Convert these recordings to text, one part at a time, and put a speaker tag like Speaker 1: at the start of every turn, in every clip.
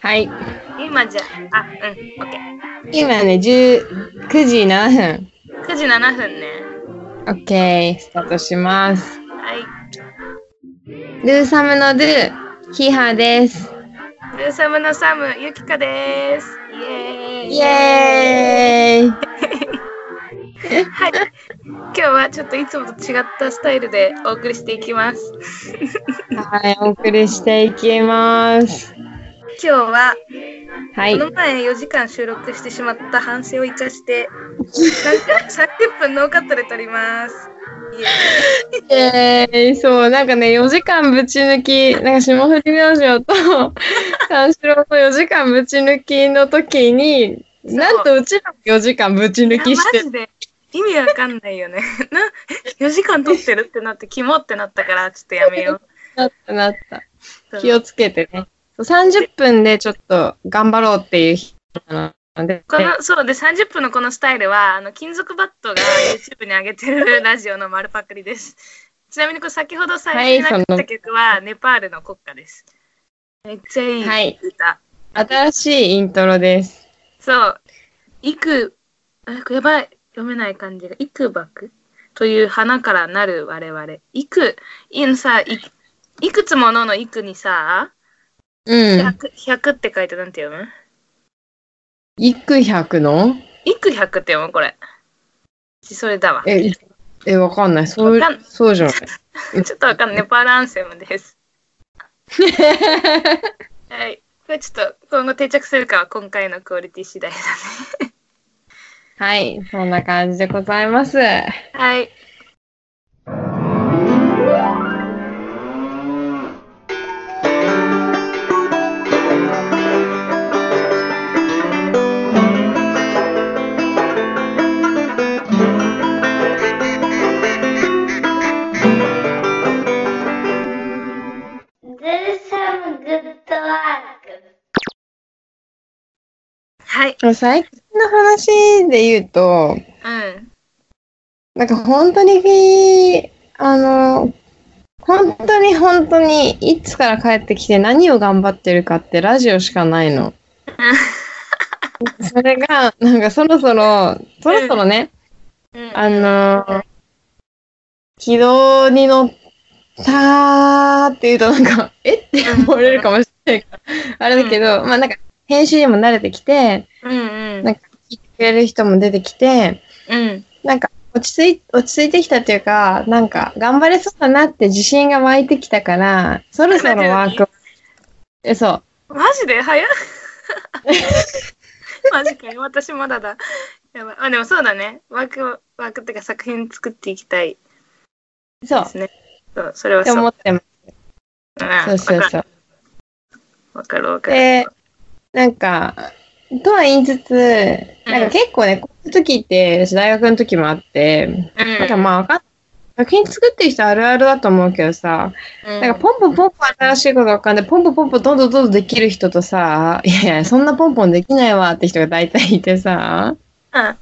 Speaker 1: はい。
Speaker 2: 今じゃ、あ、うん、オッケー。
Speaker 1: 今ね、10 9時7分。
Speaker 2: 9時7分ね。
Speaker 1: オッケー、スタートします。
Speaker 2: はい。
Speaker 1: ルーサムのルー、ヒハです。
Speaker 2: ルーサムのサム、ゆきかです。イエーイ。
Speaker 1: イエーイ
Speaker 2: はい。今日はちょっといつもと違ったスタイルでお送りしていきます。
Speaker 1: はい、お送りしていきます。
Speaker 2: 今日は、
Speaker 1: はい
Speaker 2: こ。の前4時間収録してしまった反省を生かして、なんか30分ノーカットで撮ります。イ
Speaker 1: イ
Speaker 2: エ
Speaker 1: エーイそう、なんかね、4時間ぶち抜き、なんか霜降り明星と三四郎の4時間ぶち抜きの時に、
Speaker 2: そう
Speaker 1: なんとうちらも4時間ぶち
Speaker 2: ー イ。
Speaker 1: 抜きし
Speaker 2: いや
Speaker 1: て
Speaker 2: マジ、で意味わかんないよね。 な、4時間撮ってるってなって、キモってなったから、ちょっとやめよ
Speaker 1: なったなった。
Speaker 2: う。
Speaker 1: 気をつけてね。そう30分でちょっと頑張ろうっていう日なので、
Speaker 2: このそうで30分のこのスタイルはあの金属バットが YouTube に上げて るラジオの丸パクリです。ちなみにこれ先ほど最初に流
Speaker 1: はいそ
Speaker 2: した
Speaker 1: の
Speaker 2: 曲はネパールの国歌です。めっちゃいい歌。
Speaker 1: はい新しいイントロです。
Speaker 2: そう。イク、あやばい、読めない感じが。イクバクという花からなる我々。イク、いのさい、いくつもののイクにさ、
Speaker 1: うん。
Speaker 2: 100, 100って書いてなんて読む
Speaker 1: 幾百の
Speaker 2: イク100って読むこれ。それだわ。
Speaker 1: え、え、わかんない。そう
Speaker 2: わかん、
Speaker 1: そうじゃない。
Speaker 2: ちょっとわかんない。ネパールアンセムです。はい。これちょっと今後定着するかは今回のクオリティ次第だね。
Speaker 1: はい、そんな感じでございます。
Speaker 2: はい。
Speaker 3: Do some good work.
Speaker 2: はい。
Speaker 1: 最近の話で言うと、
Speaker 2: うん。
Speaker 1: なんか本当に、あの、本当に本当に、いつから帰ってきて何を頑張ってるかってラジオしかないの。それが、なんかそろそろ、そろそろね、
Speaker 2: うん、
Speaker 1: あの、軌道に乗ったーって言うとなんか、 えって思われるかもしれないから、あれだけど、まあなんか編集にも慣れてきて、
Speaker 2: うんうん。
Speaker 1: なんか聞いてくれる人も出てきて、
Speaker 2: うん。
Speaker 1: なんか落ち着い、落ち着いてきたっていうか、なんか頑張れそうだなって自信が湧いてきたから、そろそろワークを。え、そう。
Speaker 2: マジで早っマジかよ。私まだだ。やばい。あ、でもそうだね。ワーク、ワークっていうか作品作っていきたい
Speaker 1: そ
Speaker 2: で
Speaker 1: う。
Speaker 2: すね。そう。それは
Speaker 1: って
Speaker 2: そう。
Speaker 1: 思ってます。
Speaker 2: うん
Speaker 1: そうそう
Speaker 2: わか
Speaker 1: そう
Speaker 2: る。わかるわかる。
Speaker 1: で、なんか、とは言いつつ、なんか結構ね、こういう時って、私大学の時もあって、
Speaker 2: うん、
Speaker 1: なんかまあわかん作品作ってる人あるあるだと思うけどさ、
Speaker 2: うん、
Speaker 1: なんかポンポンポンポン新しいことが浮かんで、ポンポンポンポンどんどんどんどんできる人とさ、いやいや、そんなポンポンできないわって人が大体いてさ、
Speaker 2: うん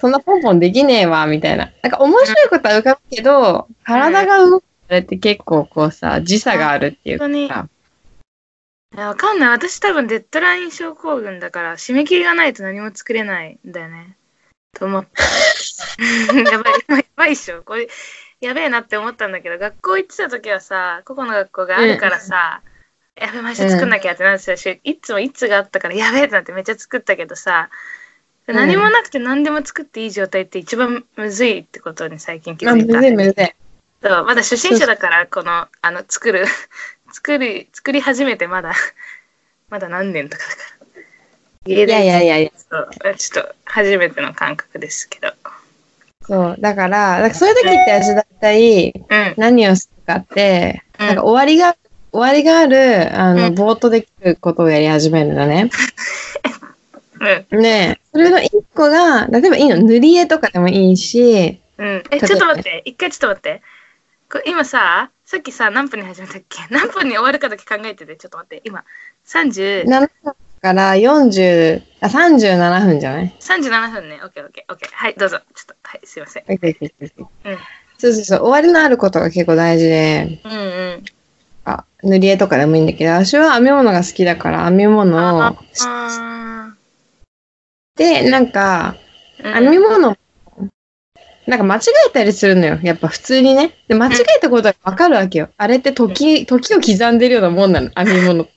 Speaker 1: そんなポンポンできねえわ、みたいな。なんか面白いことは浮かぶけど、体が動くあれって結構こうさ、時差があるっていうか
Speaker 2: 本当に。
Speaker 1: さ。
Speaker 2: いやわかんない。私多分デッドライン症候群だから、締め切りがないと何も作れないんだよね。と思った。 やばい、やばいっしょ。これ、やべえなって思ったんだけど、学校行ってた時はさ、ここの学校があるからさ、やべえ、毎週作んなきゃってなってたし、いつもいつがあったから、やべえってなってめっちゃ作ったけどさ、
Speaker 1: うん
Speaker 2: 何もなくて何でも作っていい状態って一番むずいってことに最近気
Speaker 1: あ
Speaker 2: づ
Speaker 1: む
Speaker 2: いた。
Speaker 1: ずいむずい。
Speaker 2: そうまだ初心者だからこのあの作る 作る作り始めてまだ まだ何年とかだから家
Speaker 1: いやい
Speaker 2: で
Speaker 1: やいやいや。
Speaker 2: そうちょっと初めての感覚ですけど
Speaker 1: そう。だから、だからそういう時って私だいたい
Speaker 2: うん
Speaker 1: 何をするかって、
Speaker 2: うん
Speaker 1: なんか終わりが、終わりがある、あ
Speaker 2: う
Speaker 1: の、
Speaker 2: ん
Speaker 1: ぼーっとできることをやり始めるんだね。
Speaker 2: うん
Speaker 1: ねえ。それの一個が、例えばいいの、塗り絵とかでもいいし、
Speaker 2: うん。え、ちょっと待って。一回ちょっと待って。これ今さ、さっきさ、何分に始めたっけ 何分に終わるかだけ考えてて、ちょっと待って。今、30、
Speaker 1: 7分から40、あ、37分じゃない
Speaker 2: 37分ね。オッケーオッケーオッケー。はい、どうぞ。ちょっと、はい、すいません。
Speaker 1: オッケーオッケーオッケーオッケーそうそうそう、終わりのあることが結構大事で、
Speaker 2: うんうん。
Speaker 1: あ塗り絵とかでもいいんだけど、私は編み物が好きだから編み物をし
Speaker 2: あ
Speaker 1: て、なんか、
Speaker 2: ー
Speaker 1: 編み物、なんか間違えたりするのよ。やっぱ普通にね。で、間違えたことがわかるわけよ。あれって時、時を刻んでるようなもんなの、編み 物。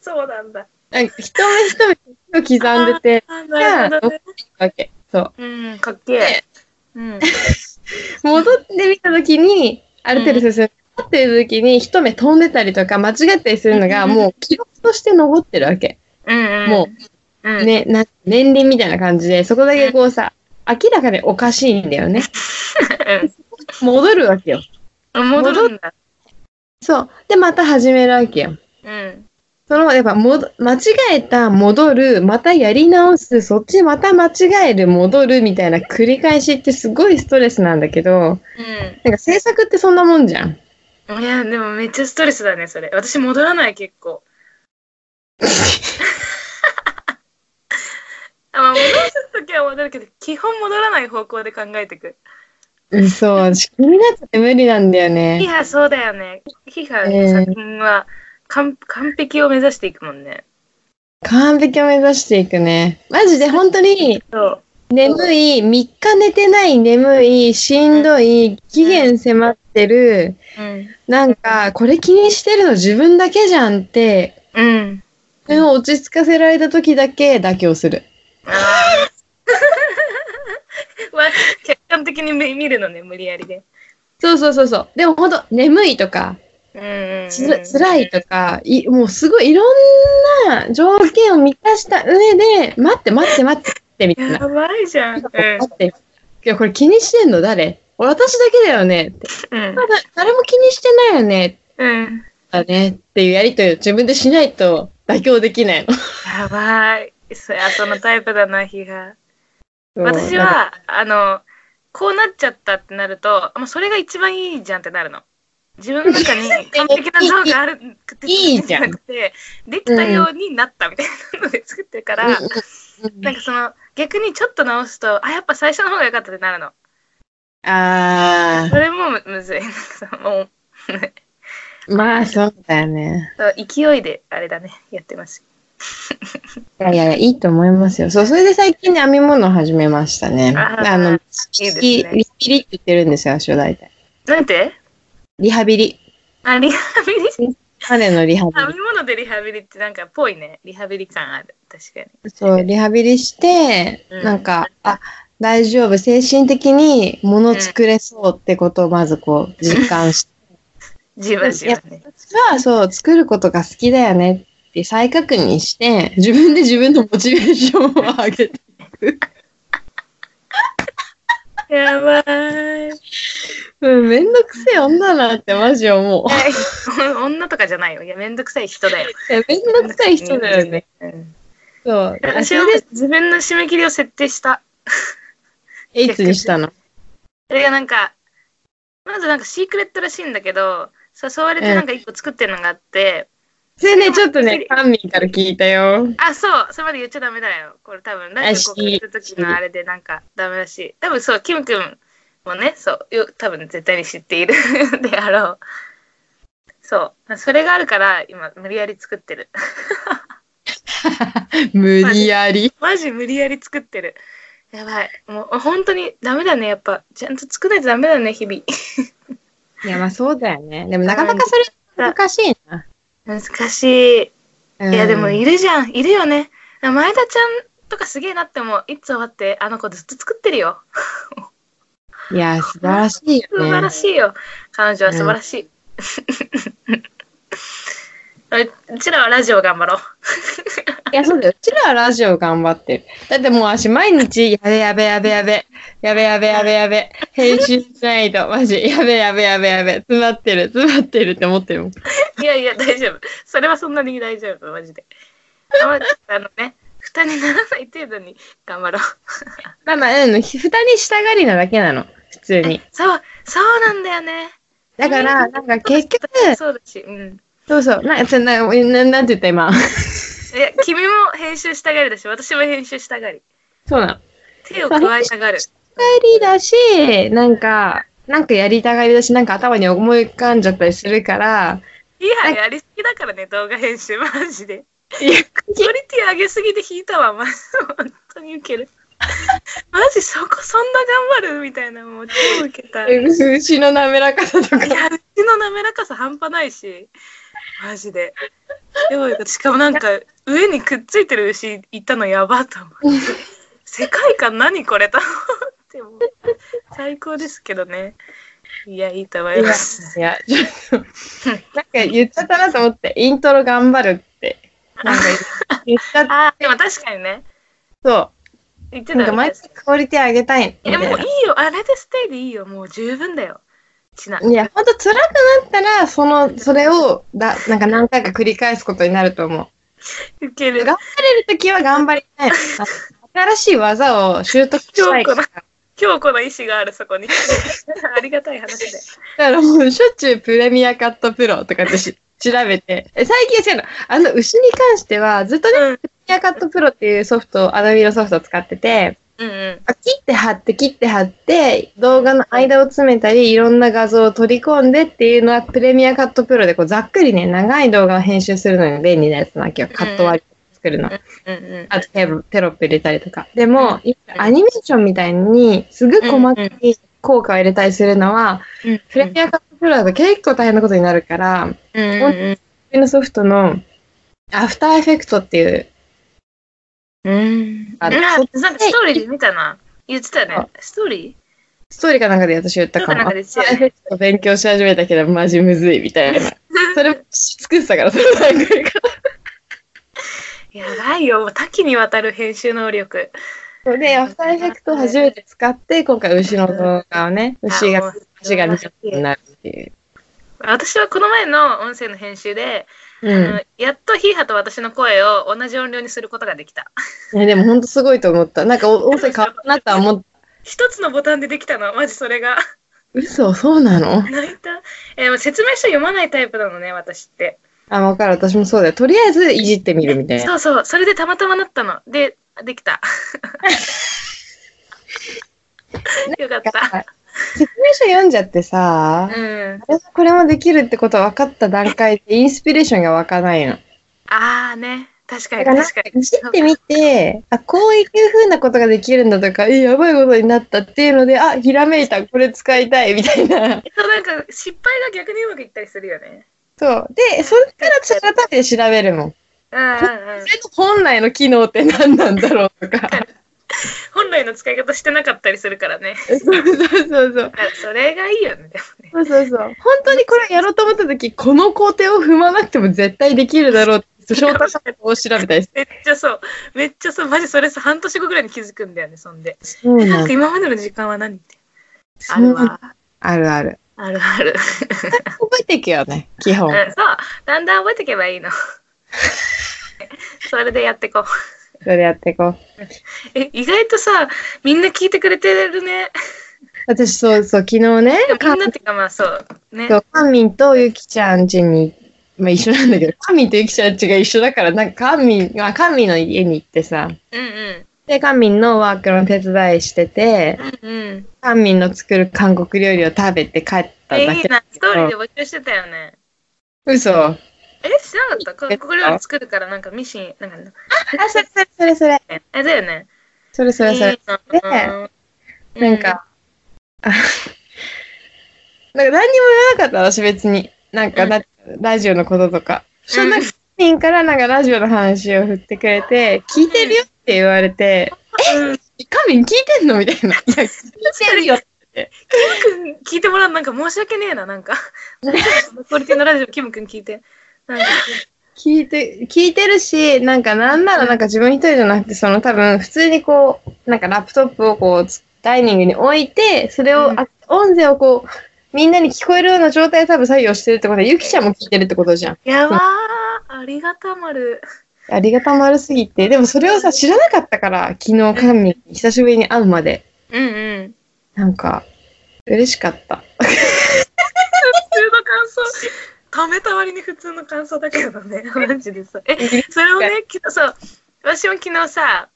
Speaker 2: そうなんだ。
Speaker 1: なんか一目一目時を刻んでて、
Speaker 2: あなるほどね。
Speaker 1: わけ。そう。
Speaker 2: うん、かっけえ。うん。
Speaker 1: 戻ってみたときに、ある程度進んで、戻ってるときに一目飛んでたりとか、間違ったりするのが、
Speaker 2: うん
Speaker 1: もう記録として残ってるわけ。
Speaker 2: うんうん。
Speaker 1: も
Speaker 2: うん、
Speaker 1: う、ね、な年輪みたいな感じで、そこだけこうさ、明らかにおかしいんだよね。戻るわけよ。
Speaker 2: うん。戻るんだ。
Speaker 1: そう。で、また始めるわけよ。
Speaker 2: うん。
Speaker 1: その、やっぱ、もど、間違えた、戻る、またやり直す、そっちまた間違える、戻るみたいな繰り返しってすごいストレスなんだけど、なんか制作ってそんなもんじゃん。
Speaker 2: うん。いや、でもめっちゃストレスだね、それ。私戻らない、結 構。あまあ、戻すときは戻るけど、基本戻らない方向で考えてく。
Speaker 1: うんそう、私気になっちゃって無理なんだよ
Speaker 2: ヒ
Speaker 1: ね。
Speaker 2: ハ、そうだよね。ヒハ
Speaker 1: え
Speaker 2: の
Speaker 1: え
Speaker 2: 作品は、完完璧を目指していくもんね。
Speaker 1: 完璧を目指していくね。マジで本当に、
Speaker 2: そう。
Speaker 1: 眠い、3日寝てない、眠い、しんどい、期限迫ってる、
Speaker 2: うん。
Speaker 1: なんか、これ気にしてるの自分だけじゃんって、
Speaker 2: うん。
Speaker 1: それを落ち着かせられた時だけ妥協する。
Speaker 2: あーわ客観的に見見るのね、無理やりで。
Speaker 1: そうそうそうそう。でも本当眠いとか、
Speaker 2: うんうんうん
Speaker 1: つら辛いとか、いもうすごいいろんな条件を満たした上で、待って待って待ってみたいな
Speaker 2: や。ばいじゃん。うん。
Speaker 1: 待って。いや、これ気にしてんの誰私だけだよねって。
Speaker 2: うん
Speaker 1: まだ誰も気にしてないよね。
Speaker 2: うん。
Speaker 1: だね。っていうやりとりを自分でしないと妥協できないの。
Speaker 2: やばい。それ後のタイプだな、ヒハ。
Speaker 1: そう
Speaker 2: 私、は、あの、こうなっちゃったってなると、あもうそれが一番いいじゃんってなるの。自分の中 に完璧な像があるくて
Speaker 1: いいじゃん
Speaker 2: なくて、できたようになったみたいなので作ってるから、
Speaker 1: なんかうんうんう
Speaker 2: なんかその、逆にちょっと直すと、あ、やっぱ最初の方が良かったってなるの。
Speaker 1: んあ
Speaker 2: それもむむずい。なんかさもう
Speaker 1: あ、まあそうだよね。
Speaker 2: そう勢いであれだね、やってます。
Speaker 1: いやいや、いいと思いますよ。そう、それで最近ね、編み物を始めましたね。
Speaker 2: あー
Speaker 1: あの、
Speaker 2: いいですね
Speaker 1: リリハビリって言ってるんですよ、私は大体。
Speaker 2: なんて
Speaker 1: リハビリ。
Speaker 2: あ、リハビリ
Speaker 1: 彼のリハビ
Speaker 2: 編み物でリハビリってなんかぽいね。リハビリ感ある。確かに。
Speaker 1: リ。そう、リハビリして、
Speaker 2: うん
Speaker 1: なんか、あ、大丈夫、精神的に物作れそうってことをまずこう、実感して。
Speaker 2: じわじわね。
Speaker 1: 私はそう、作ることが好きだよねって再確認して、自分で自分のモチベーションを上げて。
Speaker 2: やばーい。
Speaker 1: うん、めんどくせえ女だなってマジ思う。
Speaker 2: 女とかじゃないよ。いや、めんどくさい人だよ。
Speaker 1: いやめんどくさい人だよね。
Speaker 2: うん。
Speaker 1: そう。あ
Speaker 2: 私
Speaker 1: そ
Speaker 2: は
Speaker 1: れで
Speaker 2: 自分の締め切りを設定した。
Speaker 1: エイツにしたの。
Speaker 2: それがなんか、まずなんかシークレットらしいんだけど、誘われてなんか一個作ってるのがあって、
Speaker 1: それね、ちょっとね、カンミンから聞いたよ。
Speaker 2: あ、そう、それまで言っちゃダメだよ。これ多分、ラジオ公開する時のあれでなんかダメらしい。多分そう、キム君もね、そう、よ多分絶対に知っている であろう。そう、それがあるから、今、無理やり作ってる。
Speaker 1: 無理やり。
Speaker 2: マジ無理やり作ってる。やばい。もう、本当にダメだね、やっぱ。ちゃんと作らないとダメだね、日々。
Speaker 1: いや、まあそうだよね。でもなかなかそれ難しいな。
Speaker 2: 難し
Speaker 1: う
Speaker 2: い。
Speaker 1: ん
Speaker 2: いや、でもいるじゃん。いるよね。前田ちゃんとかすげえなって思う。いつ終わって、あの子ずっと作ってるよ。
Speaker 1: いや、素晴らしい
Speaker 2: 素晴
Speaker 1: よね
Speaker 2: ら。しいよ。彼女は素晴らしい。 うちらはラジオ頑張ろう。
Speaker 1: いや、そうだよ。うちらはラジオ頑張ってる。だってもう私、毎日、やべやべやべやべ、やべやべやべやべ、編集しないと、マジ、やべやべやべやべ、詰まってる、詰まってるって思ってるもん。
Speaker 2: いやいや、大丈夫。それはそんなに大丈夫、マジで。あまあのね、負担にならない程度に頑張ろう。
Speaker 1: まあまあ、うん、ふたにしたがりなだけなの、普通に。
Speaker 2: そう、そうなんだよね。
Speaker 1: だから、なんか結局、
Speaker 2: そうだし、うん。
Speaker 1: そうそう、な、ちょな、ななんて言った今。
Speaker 2: いや、君も編集したがりだし、私も編集したがり。
Speaker 1: そうなの。
Speaker 2: 手を加え たがる。
Speaker 1: 帰りだし、なんか、なんかやりたがりだし、なんか頭に思い浮かんじゃったりするから、
Speaker 2: いや、やりすぎだからね、動画編集、マジで。いや、クオリティ上げすぎて引いたわ、マジ本当にウケる。 マジそこそんな頑張るみたいな、もう超ウケた。いや、う
Speaker 1: 牛の滑らかさとか。
Speaker 2: ちの滑らかさ半端ないし、マジで。やばいしかもなんか、上にくっついてる牛いたのやばと思って。世界観何これと思って、もう最高ですけどね。いや、いいと思います。
Speaker 1: いや、ちょっと、なんか言っちゃったなと思って、イントロ頑張るって、なんか言っちゃっ
Speaker 2: あーでも確かにね。
Speaker 1: そ
Speaker 2: 言って
Speaker 1: う。なん
Speaker 2: た
Speaker 1: か
Speaker 2: よね
Speaker 1: 毎。回クオリティ上げたい
Speaker 2: え、
Speaker 1: みたいな
Speaker 2: もういいよ。あれでステイでいいよ。もう十分だよ。ちな。
Speaker 1: いや、ほんと辛くなったら、その、それを、だ、なんか何回か繰り返すことになると思う。
Speaker 2: 受ける。
Speaker 1: 頑張れるときは頑張りたい。あ新しい技を習得したいから。だ
Speaker 2: 今日この意思がある、そこに。 ありがたい話で。
Speaker 1: からもうしょっちゅうプレミアカットプロとかってし調べて。え最近そういうの、あの、牛に関しては、ずっとね、
Speaker 2: うん
Speaker 1: プレミアカットプロっていうソフト、アドビのソフトを使ってて、
Speaker 2: うんうん。
Speaker 1: あ切って貼って切って貼って、動画の間を詰めたり、いろんな画像を取り込んでっていうのは、プレミアカットプロでこうざっくりね、長い動画を編集するのに便利なやつなわけよ。カット割り作るの。
Speaker 2: うんうん。
Speaker 1: あとテロテロップ入れたりとか。でも、アニメーションみたいに、すぐ細かい効果を入れたりするのは、
Speaker 2: うん
Speaker 1: プレミアカットプロだと結構大変なことになるから、ア
Speaker 2: うんうん
Speaker 1: プのソフトの、アフターエフェクトっていう、
Speaker 2: うん。うん。
Speaker 1: あ
Speaker 2: あ、
Speaker 1: の
Speaker 2: なんかストーリーで見たな。言ってたよね。ストーリ
Speaker 1: ストーリーかなんかで私言ったか
Speaker 2: ストー
Speaker 1: も。ア
Speaker 2: リーかなんか
Speaker 1: フターエ
Speaker 2: ですよね
Speaker 1: フェクト勉強し始めたけど、マジむずいみたいな。それも作ってたから、それ3回か
Speaker 2: ーやばいよ。もう多岐にわたる編集能力。
Speaker 1: ら。で、アフターエフェクトを初めて使って、今回牛の動画をね、牛
Speaker 2: あも
Speaker 1: が
Speaker 2: う、
Speaker 1: 牛が見たことになるっていう。
Speaker 2: 私はこの前の音声の編集で、
Speaker 1: う
Speaker 2: あ
Speaker 1: ん
Speaker 2: の。やっとヒーハと私の声を同じ音量にすることができた。
Speaker 1: ね、でも本当すごいと思った。なんかお音声変わったなとは思った。
Speaker 2: 一つのボタンでできたの、マジそれが。
Speaker 1: 嘘、そうなの
Speaker 2: 泣いた。えー、もう説明書読まないタイプなのね、私って。
Speaker 1: あ、わかる。私もそうだよ。とりあえずいじってみるみたいな。
Speaker 2: そうそう、それでたまたまなったの。で、できた。よかった。
Speaker 1: 説明書読んじゃってさ、
Speaker 2: うん。
Speaker 1: あれもこれもできるってこと分かった段階でインスピレーションが湧かないの。
Speaker 2: あーね。確か
Speaker 1: だ
Speaker 2: に
Speaker 1: からなん
Speaker 2: 確
Speaker 1: か
Speaker 2: か
Speaker 1: い
Speaker 2: に。
Speaker 1: じってみて、あ、こういう風なことができるんだとか、え、やばいことになったっていうので、あ、ひらめいた、これ使いたいみたい な。
Speaker 2: そうなんか失敗が逆にうまくいったりするよね。
Speaker 1: そう。で、それから私改めて調べるもん。
Speaker 2: うんうんうん
Speaker 1: そ。れの本来の機能って何なんだろうとか。
Speaker 2: 本来の使い方してなかったりするからね。
Speaker 1: そうそうそうそう。
Speaker 2: だからそれがいいよね、でもね。
Speaker 1: そうそうそう。本当にこれやろうと思った時、この工程を踏まなくても絶対できるだろうって、翔太さんを調べたりし
Speaker 2: めっちゃそう。めっちゃそう。マジそれさ、半年後ぐらいに気づくんだよね、そんで。
Speaker 1: て。そう
Speaker 2: なんか
Speaker 1: の。
Speaker 2: 今までの時間は何って。あるわ。
Speaker 1: あるあ る。
Speaker 2: あるある。
Speaker 1: 覚えていくよね、基本。
Speaker 2: うんそう、だんだん覚えてけばいいの。それでやってこう。
Speaker 1: それやっていこう。
Speaker 2: え、意外とさ、みんな聞いてくれてるね。
Speaker 1: 私、そうそう、昨日ね、
Speaker 2: みんなっていうかまあそう。ね。
Speaker 1: そうカンミンとゆきちゃん家に、まあ一緒なん だけど、カンミンとゆきちゃん家が一緒だから、なんかカンミン、まあカンミンの家に行ってさ、
Speaker 2: うんうん。
Speaker 1: で、カンミンのワークの手伝いしてて、
Speaker 2: うんうん。
Speaker 1: カンミンの作る韓国料理を食べて帰っただ
Speaker 2: え、いい
Speaker 1: け。
Speaker 2: な。ストーリーで募集してたよね。
Speaker 1: 嘘
Speaker 2: え、知らなかった韓国料理作るからなんかミシン、なんかね。
Speaker 1: あ、それそれそれそれ。
Speaker 2: え、だよね。
Speaker 1: それそれそれ。
Speaker 2: いいなう
Speaker 1: なんか、あなんか何にも言わなかった私別に。なんかラ,、ラジオのこととか。そしたらなんか、本人からなんかラジオの話を振ってくれて、聞いてるよって言われて、
Speaker 2: うん
Speaker 1: カミン聞いてんのみたい な。いや、聞いてるよ。
Speaker 2: キム君聞いてもらうなんか申し訳ねえな、な んか。クオリティのラジオ、キム君聞いて。なんか
Speaker 1: 聞いて、聞いてるし、なんかなんならなんか自分一人じゃなくて、その多分普通にこう、なんかラップトップをこう、ダイニングに置いて、それを、
Speaker 2: うん
Speaker 1: あ音声をこう、みんなに聞こえるような状態で多分作業してるってことで、ゆきちゃんも聞いてるってことじゃん。
Speaker 2: やばー、ありがたまる。
Speaker 1: ありがたまるすぎて。でもそれをさ、知らなかったから、昨日、カンミに久しぶりに会うまで。
Speaker 2: うんうん。
Speaker 1: なんか、嬉しかった。
Speaker 2: 普通の感想、ためた割に普通の感想だけど ね、マジでさ。え、それをね、昨日そう、私も昨日さ、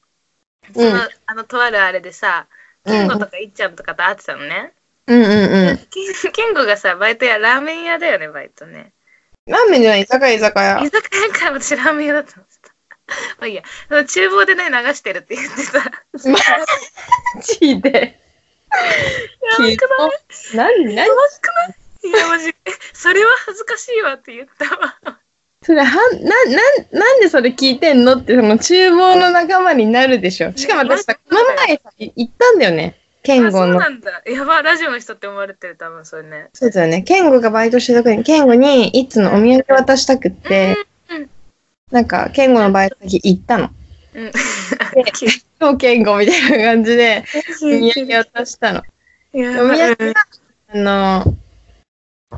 Speaker 2: その、
Speaker 1: うん
Speaker 2: あの、とあるあれでさ、
Speaker 1: うん
Speaker 2: ケンゴとかいっちゃんとかと会ってたのね。
Speaker 1: うんうんうん。
Speaker 2: ケンケンゴがさ、バイトや、ラーメン屋だよね、バイトね。
Speaker 1: ラーメンじゃない、居酒屋、居酒屋
Speaker 2: 居。酒屋から私ラーメン屋だったの。ちょっとまあいいや、その厨房でね、流してるって言って さ、
Speaker 1: マジ で。
Speaker 2: やばくない
Speaker 1: 何何
Speaker 2: やばくないいや、マジで、それは恥ずかしいわって言ったわ。
Speaker 1: それはんななんなんでそれ聞いてんのってその厨房の仲間になるでしょしかも私さこの前さい行ったんだよね健
Speaker 2: あそ
Speaker 1: 吾
Speaker 2: う
Speaker 1: の
Speaker 2: なんだ。やば、ラジオの人って思われてる、多分それね。
Speaker 1: そうだよね健吾がバイトしてる時に健吾にいつのお土産渡したくって
Speaker 2: うんうん
Speaker 1: なんか健吾のバイト先行ったの
Speaker 2: うん。
Speaker 1: 今日健吾みたいな感じでお土産渡したの
Speaker 2: いや
Speaker 1: お土産があの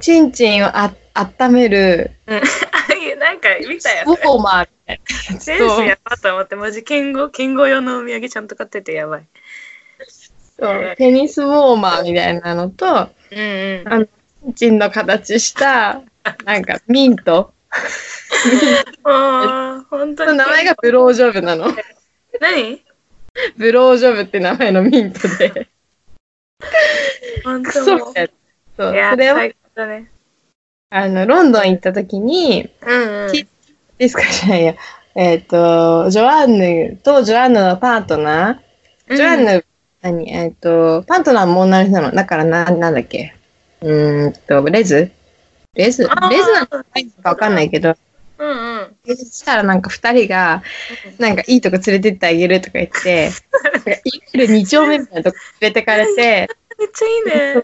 Speaker 1: チンチンをあ温める
Speaker 2: いやなんか見たよ
Speaker 1: ウ。ォーマーみたいなや
Speaker 2: セ
Speaker 1: つ
Speaker 2: ン
Speaker 1: と
Speaker 2: スやばと思って、マジ、剣豪、剣豪用のお土産ちゃんと買っててやばい。
Speaker 1: そうテニスウォーマーみたいなのと
Speaker 2: うんうん。
Speaker 1: チンの形した、なんかミント。
Speaker 2: ああ、本当
Speaker 1: その
Speaker 2: に。
Speaker 1: 名前がブロージョブなの。
Speaker 2: 何
Speaker 1: ブロージョブって名前のミントで。
Speaker 2: 本
Speaker 1: ク
Speaker 2: 当
Speaker 1: ソ
Speaker 2: も
Speaker 1: みたいな。そう
Speaker 2: いや、
Speaker 1: それを
Speaker 2: 最高だね。
Speaker 1: あのロンドン行った時に、
Speaker 2: うんうん。
Speaker 1: きディスカじゃないや、えっ、と、ジョアンヌとジョアンヌのパートナー、ジョアンヌ、何、えっ、と、パートナーも同じなの。だからな、なんだっけ。うーんと、レズレズレズ
Speaker 2: あー
Speaker 1: なのかわかんないけど、
Speaker 2: うんう
Speaker 1: そ
Speaker 2: ん。
Speaker 1: したらなんか二人が、なんかいいとこ連れてってあげるとか言って、なんかいわゆる2丁目みたいなとこ連れてかれて、
Speaker 2: めっちゃいいね。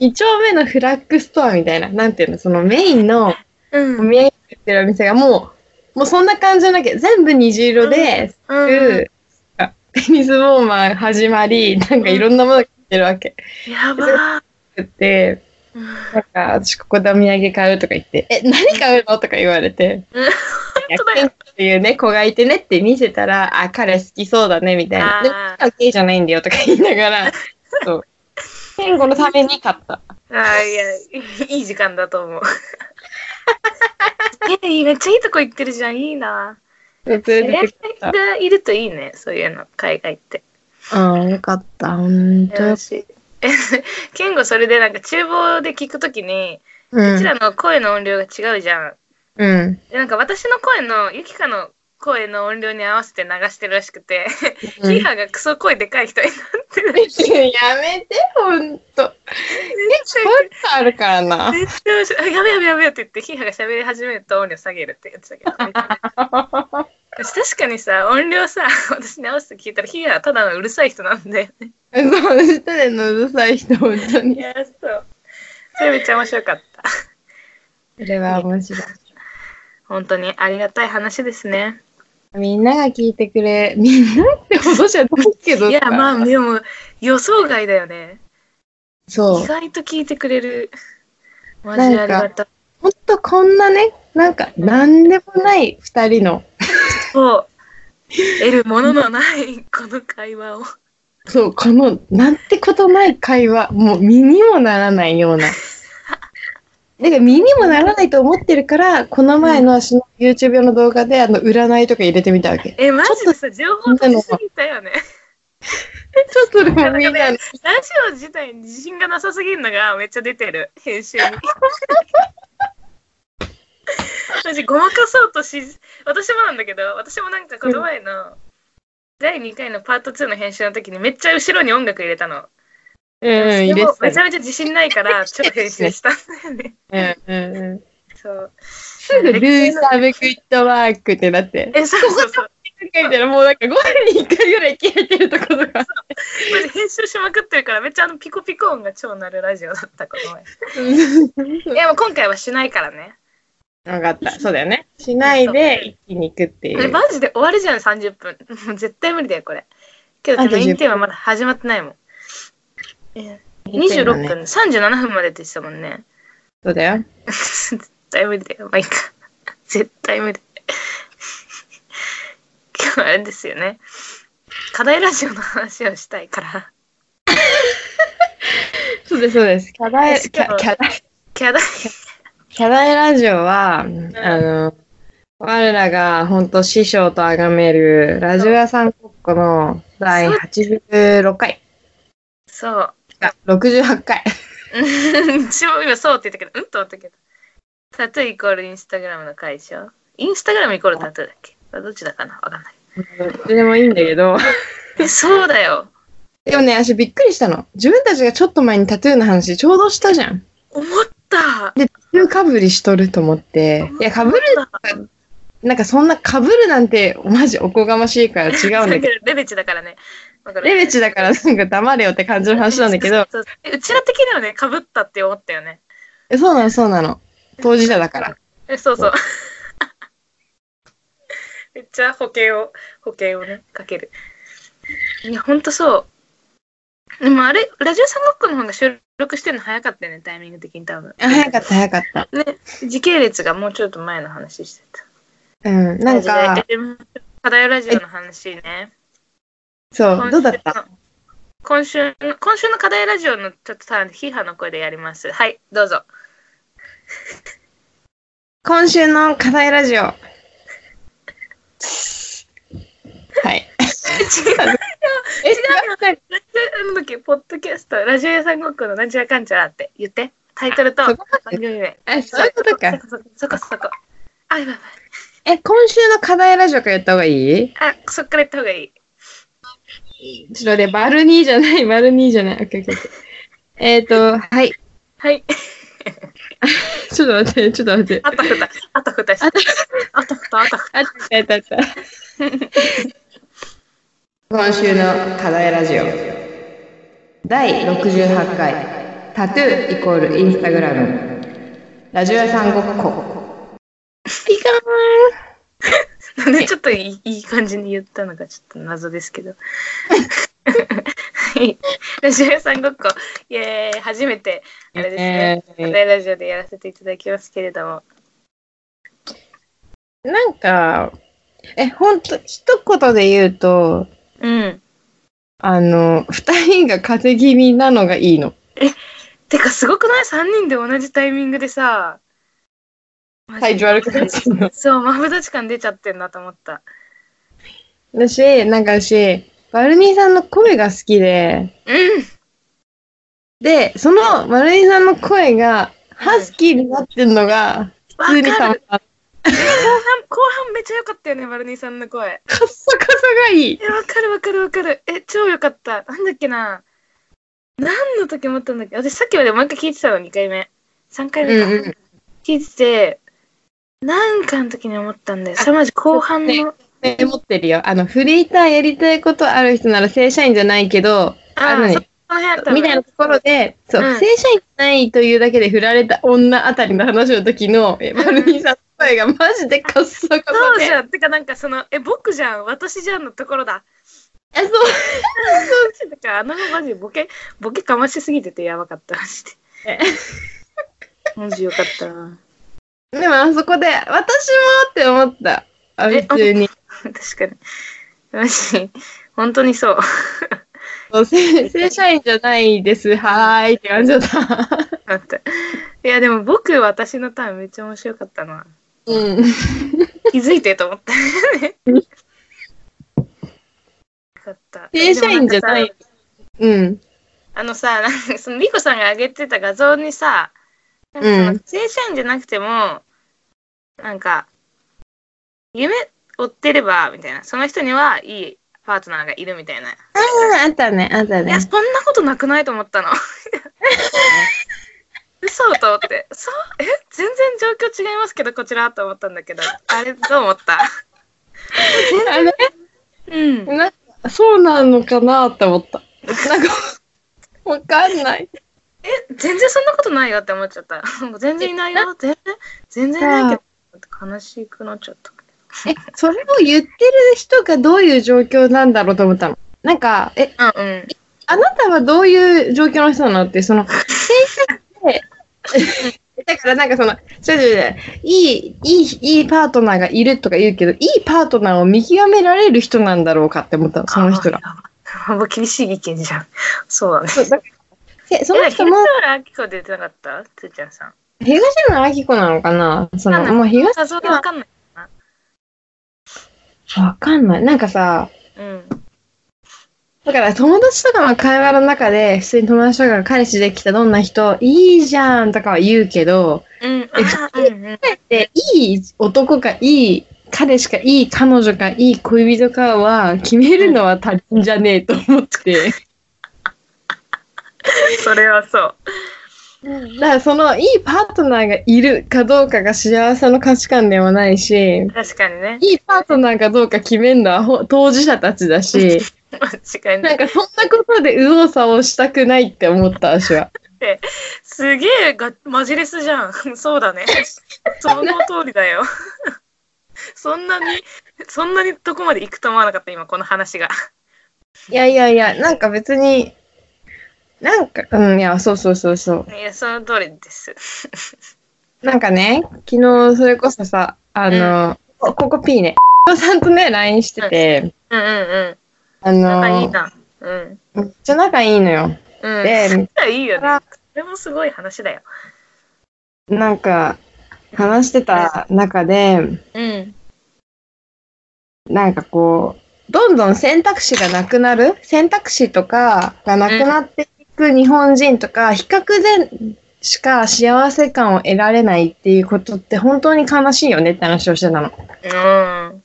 Speaker 1: 2丁目のフラッグストアみたいな、なんていうの、そのメインのお土
Speaker 2: うん。
Speaker 1: 産売ってるお店がもう、もうそんな感じじゃなきゃ、全部虹色で、
Speaker 2: う
Speaker 1: うんあテニスウォーマー始まり、なんかいろんなものが売ってるわけ。
Speaker 2: やばー。
Speaker 1: で、
Speaker 2: うん
Speaker 1: なんか私ここでお土産買うとか言って、え、何買うのとか言われて、
Speaker 2: うん当
Speaker 1: 100
Speaker 2: だよ
Speaker 1: 円っていうね、子がいてねって見せたら、あ、彼好きそうだね、みたい
Speaker 2: あ
Speaker 1: な。
Speaker 2: ー
Speaker 1: でも、彼はゲイじゃないんだよとか言いなが ら、そう。健吾のために買った。
Speaker 2: ああ、いや、いいい い時間だと思う。いやいい、めっちゃいいとこ行ってるじゃん、いいな。
Speaker 1: 連れてってくれ
Speaker 2: 人
Speaker 1: た。
Speaker 2: がいるといいね、そういうの、海外って。
Speaker 1: うん、よかった。ほんとよ
Speaker 2: よ。し。え、ケンゴそれでなんか厨房で聞くときに、
Speaker 1: う
Speaker 2: うち
Speaker 1: ん。
Speaker 2: らの声の音量が違うじゃん。
Speaker 1: うん。
Speaker 2: で、なんか私の声の、ゆきかの声の音量に合わせて流してるらしくて、
Speaker 1: うん
Speaker 2: ゆきかがクソ声でかい人になってる。めっち
Speaker 1: やめて、ほんと。
Speaker 2: ゃ
Speaker 1: そういうことあるからな。
Speaker 2: めっちゃ面白いあやべやべやべって言って、ヒーハーが喋り始めると音量下げるってやつだけど。私確かにさ、音量さ、私に合わせて聞いたら、ヒーハーはただのうるさい人なんで。
Speaker 1: そう、下でのうるさい人、ほんと
Speaker 2: い
Speaker 1: に。
Speaker 2: や、そう。それめっちゃ面白かった。
Speaker 1: それは面白い。
Speaker 2: 本当にありがたい話ですね。
Speaker 1: みんなが聞いてくれ、みんなってほどじゃないけどさ
Speaker 2: いや、まあ、でも、予想外だよね。
Speaker 1: そ
Speaker 2: 意
Speaker 1: う。
Speaker 2: 外と聞いてくれる。マジありがたい。
Speaker 1: ほんとこんなね、なんか、なんでもない二人の、
Speaker 2: そう。得るもののない、この会話を。
Speaker 1: そう、この、なんてことない会話、もう身にもならないよう な。だから身にもならないと思ってるから、この前の私の YouTube 用の動画で、あの、占いとか入れてみたわけ。
Speaker 2: え、マジでさ、情報取りすぎたよね。
Speaker 1: ちょっとそれもみんなの、
Speaker 2: ラジオ自体に自信がなさすぎるのがめっちゃ出てる。編集に。 私、ごまかそうとし、私もなんだけど、私もなんかこの前の、第2回のパート2の編集の時にめっちゃ後ろに音楽入れたの。
Speaker 1: うん、うん入
Speaker 2: で
Speaker 1: れ
Speaker 2: も
Speaker 1: て
Speaker 2: めち
Speaker 1: た
Speaker 2: ゃめちゃ自信ないから、ちょっと編集したんだよね。
Speaker 1: ね。うん、うん、うん。
Speaker 2: そう。
Speaker 1: す ぐ、ルーサブグッドワークってなって。
Speaker 2: え、そうそうそう。
Speaker 1: みたいな、もうなんか5分に1回ぐらい消えてるところが。
Speaker 2: マジ編集しまくってるから、めっちゃあのピコピコ音が超鳴るラジオだった、この前。 いや、もう今回はしないからね。
Speaker 1: 分かった。そうだよね。しないで一気に行くってい
Speaker 2: え
Speaker 1: う。
Speaker 2: マジで終わるじゃん30分 もう絶対無理だよこれけど
Speaker 1: あと
Speaker 2: メイ
Speaker 1: 10
Speaker 2: ンテーマまだ始まってないもんえ26分、37分までって言ってたもんね
Speaker 1: そうだよ。
Speaker 2: 絶対無理だよまあいいか絶対無理あれですよね。課題ラジオの話をしたいから。
Speaker 1: そうです、そうです。キャダイ、キャキャダイ、
Speaker 2: 課題。
Speaker 1: キャダイラジオは、あの、我らが本当師匠と崇めるラジオ屋さんごっこの第86回、
Speaker 2: そう。
Speaker 1: あ68回。
Speaker 2: うん私も今そうって言ったけど、うんと思ったけど。タトゥーイコールインスタグラムの解消。インスタグラムイコールタトゥーだっけどっちだかなわかんない。
Speaker 1: どっちでもいいんだけど。
Speaker 2: えそうだよ。
Speaker 1: でもね、私びっくりしたの。自分たちがちょっと前にタトゥーの話ちょうどしたじゃん。
Speaker 2: 思った。
Speaker 1: で、タトゥーかぶりしとると思って。いや、かぶる、なんかそんなかぶるなんて、マジおこがましいから違うんだけど。
Speaker 2: ど。レベチだからね。わかる
Speaker 1: レベチだからなんか黙れよって感じの話なんだけど、
Speaker 2: そうえうちら的にはね、かぶったって思ったよね。
Speaker 1: えそうなのそうなの。当事者だから。
Speaker 2: え、そうそう。 めっちゃ保険を、保険をね、かける。いや、ほんとそう。でもあれ、ラジオ三国の方が収録してるの早かったよね、タイミング的に多分。
Speaker 1: あ早かった早かった。
Speaker 2: 時系列がもうちょっと前の話してた。
Speaker 1: うん。なんか、
Speaker 2: え、課題ラジオの話ね。
Speaker 1: そう、どうだった
Speaker 2: 今週の、今週の今週の課題ラジオのちょっとさ、ヒーハーの声でやります。はい、ど うぞ。
Speaker 1: 今週の課題ラジオ。はい。
Speaker 2: 違うよ。
Speaker 1: え、
Speaker 2: 違うよ。ラジオなんだっけ、ポッドキャスト、ラジオ屋さんごっこのなんちゃらかんちゃらって言って。タイトルと
Speaker 1: そ
Speaker 2: 番
Speaker 1: こ
Speaker 2: 組名。
Speaker 1: え、そういうことか。
Speaker 2: そこそこそこそこ。あ、やばいや
Speaker 1: え、今週の課題ラジオからやった方がいい
Speaker 2: ばいあ、そっから言った方がいい。
Speaker 1: ちょっとね、バルニーじゃない、バルニーじゃない。オッケーオッケーオッケーえっ、ー、と、はい。
Speaker 2: はい。
Speaker 1: ちょっと待って、ちょっと待って。
Speaker 2: あたふた、あたふたして。あたふた、あたふた。
Speaker 1: あったあったあった。 今週の課題ラジオ。第68回、タトゥーイコールインスタグラム。ラジオ屋さんごっこ。ピカーン
Speaker 2: なんでちょっといいいい感じに言ったのかちょっと謎で すけど。はい。ラジオ屋さんごっこ、イエーイ、初めて、あれですね、
Speaker 1: イエーイ
Speaker 2: 課題ラジオでやらせていただきますけれども。
Speaker 1: なんか、え、ほんと、一言で言うと、
Speaker 2: うん。
Speaker 1: あの、二人が風邪気味なのがいいの。
Speaker 2: てかすごくない ?3 人で同じタイミングでさ、マジ
Speaker 1: 体調悪くなっちゃうの。
Speaker 2: そう、マブダチ感出ちゃってんなと思った。
Speaker 1: だし、なんか私、バルニーさんの声が好きで、
Speaker 2: うん
Speaker 1: で、そのバルニーさんの声が、ハスキーになってんのが、普
Speaker 2: わか
Speaker 1: 通
Speaker 2: る
Speaker 1: に
Speaker 2: 後
Speaker 1: たま
Speaker 2: 半
Speaker 1: らない。
Speaker 2: 後半めっちゃ良かったよね、バルニーさんの声。
Speaker 1: カッサカサがいい。
Speaker 2: え、わかるわかるわかる。え、超良かった。なんだっけな。何の時思ったんだっけ私さっきまでもう一回聞いてたの、2回目。3回目か。
Speaker 1: うんうん
Speaker 2: 聞いてて、なんかの時に思ったんだよ。それマジ後半
Speaker 1: そ
Speaker 2: の。
Speaker 1: メモってるよ。あの、フリーターやりたいことある人なら正社員じゃないけど、あの
Speaker 2: ー
Speaker 1: ね
Speaker 2: そこの辺あった
Speaker 1: みたいなところで、そう、
Speaker 2: うん
Speaker 1: 正社員じゃないというだけで振られた女あたりの話の時の、えバルニーさんの声がマジでカッサカ
Speaker 2: そう
Speaker 1: サで。
Speaker 2: じゃん。てかなんかその、え、僕じゃん、私じゃんのところだ。
Speaker 1: あそう
Speaker 2: だからあの子マジボケ、ボケかましすぎててやばかった。マジで。
Speaker 1: え
Speaker 2: マジよかったな。
Speaker 1: でもあそこで、私もって思った。あ、
Speaker 2: え
Speaker 1: 普通に。
Speaker 2: 確かに。マジ、本当にそう。
Speaker 1: そう正正社員じゃないです。はーいって感じだった。
Speaker 2: だった。いや、でも僕、私のターンめっちゃ面白かったな。
Speaker 1: うん。
Speaker 2: 気づいてと 思った。よかった。
Speaker 1: 正社員じゃな
Speaker 2: でもん
Speaker 1: い
Speaker 2: かさ。
Speaker 1: うん。
Speaker 2: あのさ、なんかその、リコさんが上げてた画像にさ、なんかその
Speaker 1: うん
Speaker 2: 正社員じゃなくても、なんか、夢追ってれば、みたいな。その人にはいいパートナーがいるみたいな。
Speaker 1: ああ、あったね、あった
Speaker 2: いや、そんなことなくないと思ったの。 嘘と思って、そう、え、全然状況違いますけど、こちらと思ったんだけど、あれ、どう思った
Speaker 1: あれ
Speaker 2: うん。
Speaker 1: なんかそうなのかなって思った。なん か、わかんない。
Speaker 2: 全然そんなことないよって思っちゃった。 なんか全然いないよ、全然、全然ないけど、悲しくなっちゃった。
Speaker 1: え、それを言ってる人がどういう状況なんだろうと思ったの。なんか、え、
Speaker 2: うんうん。
Speaker 1: あなたはどういう状況の人なのって、その、先生で、だからなんかその、ちょちょちょいい、いい、いいパートナーがいるとか言うけど、いいパートナーを見極められる人なんだろうかって思ったの、その人が。
Speaker 2: あ。もう厳しい意見じゃん。そうだね。
Speaker 1: そうだからでそ
Speaker 2: そ
Speaker 1: の
Speaker 2: の
Speaker 1: 人
Speaker 2: 人
Speaker 1: も
Speaker 2: も。東原明子出てなかったつーちゃんさん。
Speaker 1: 東野明子なのかなそ
Speaker 2: なん
Speaker 1: の、
Speaker 2: だ
Speaker 1: もう東、
Speaker 2: 画像わかんない。
Speaker 1: わかんない。なんかさ、
Speaker 2: うん。
Speaker 1: だから友達とかの会話の中で、普通に友達とかが彼氏できたどんな人、いいじゃんとかは言うけど、
Speaker 2: うん。あーうんうん。
Speaker 1: で、いい男か、いい彼氏か、いい彼女か、いい恋人かは、決めるのは他人じゃねえと思って。
Speaker 2: それはそう。
Speaker 1: だからその、いいパートナーがいるかどうかが幸せの価値観でもないし、
Speaker 2: 確かにね。
Speaker 1: いいパートナーかどうか決めるのはほ当事者たちだし、
Speaker 2: 間違い
Speaker 1: な
Speaker 2: なんい。
Speaker 1: かそんなことで右往左往したくないって思った私は。
Speaker 2: すげえがマジレスじゃん。そうだね。その通りだよ。そんなに、そんなにどこまで行くと思わなかった、今、この話が。
Speaker 1: いやいやいや、なんか別に、なんか、うん、いや、そうそうそうそう。
Speaker 2: いや、その通りです。
Speaker 1: なんかね、昨日それこそさ、あの、こここ P ね、 さんとね、LINE してて、
Speaker 2: うんうんうん。
Speaker 1: あ
Speaker 2: 仲いい
Speaker 1: の、
Speaker 2: な。うん。
Speaker 1: めっちゃ仲いいのよ。
Speaker 2: うん。
Speaker 1: で、
Speaker 2: いいよ
Speaker 1: あ
Speaker 2: ね。それもすごい話だよ。
Speaker 1: なんか、話してた中で、
Speaker 2: うん。
Speaker 1: なんかこう、どんどん選択肢がなくなる選択肢とかがなくなっていく日本人とか、比較でしか幸せ感を得られないっていうことって本当に悲しいよねって話をしてたの。
Speaker 2: うん。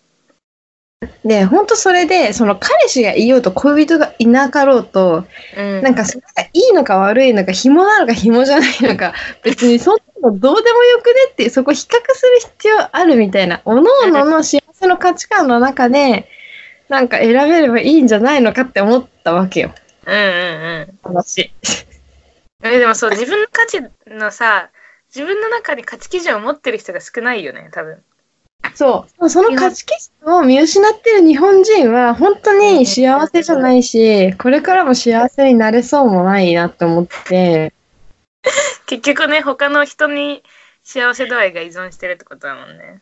Speaker 1: で、本当それで、その彼氏がいようと恋人がいなかろうと、
Speaker 2: うん。
Speaker 1: なんかそれがいいのか悪いのか、紐なのか紐じゃないのか、別にそんなのどうでもよくねっていう、そこ比較する必要あるみたいな、おのおのの幸せの価値観の中で、なんか選べればいいんじゃないのかって思ったわけよ、
Speaker 2: うんうんうん。
Speaker 1: 私。
Speaker 2: えでもそう、自分の価値のさ、自分の中に価値基準を持ってる人が少ないよね、多分。
Speaker 1: そう。その価値基準を見失ってる日本人は、本当に幸せじゃないし、これからも幸せになれそうもないなって思って、
Speaker 2: 結局ね他の人に幸せ度合いが依存してるってことだもんね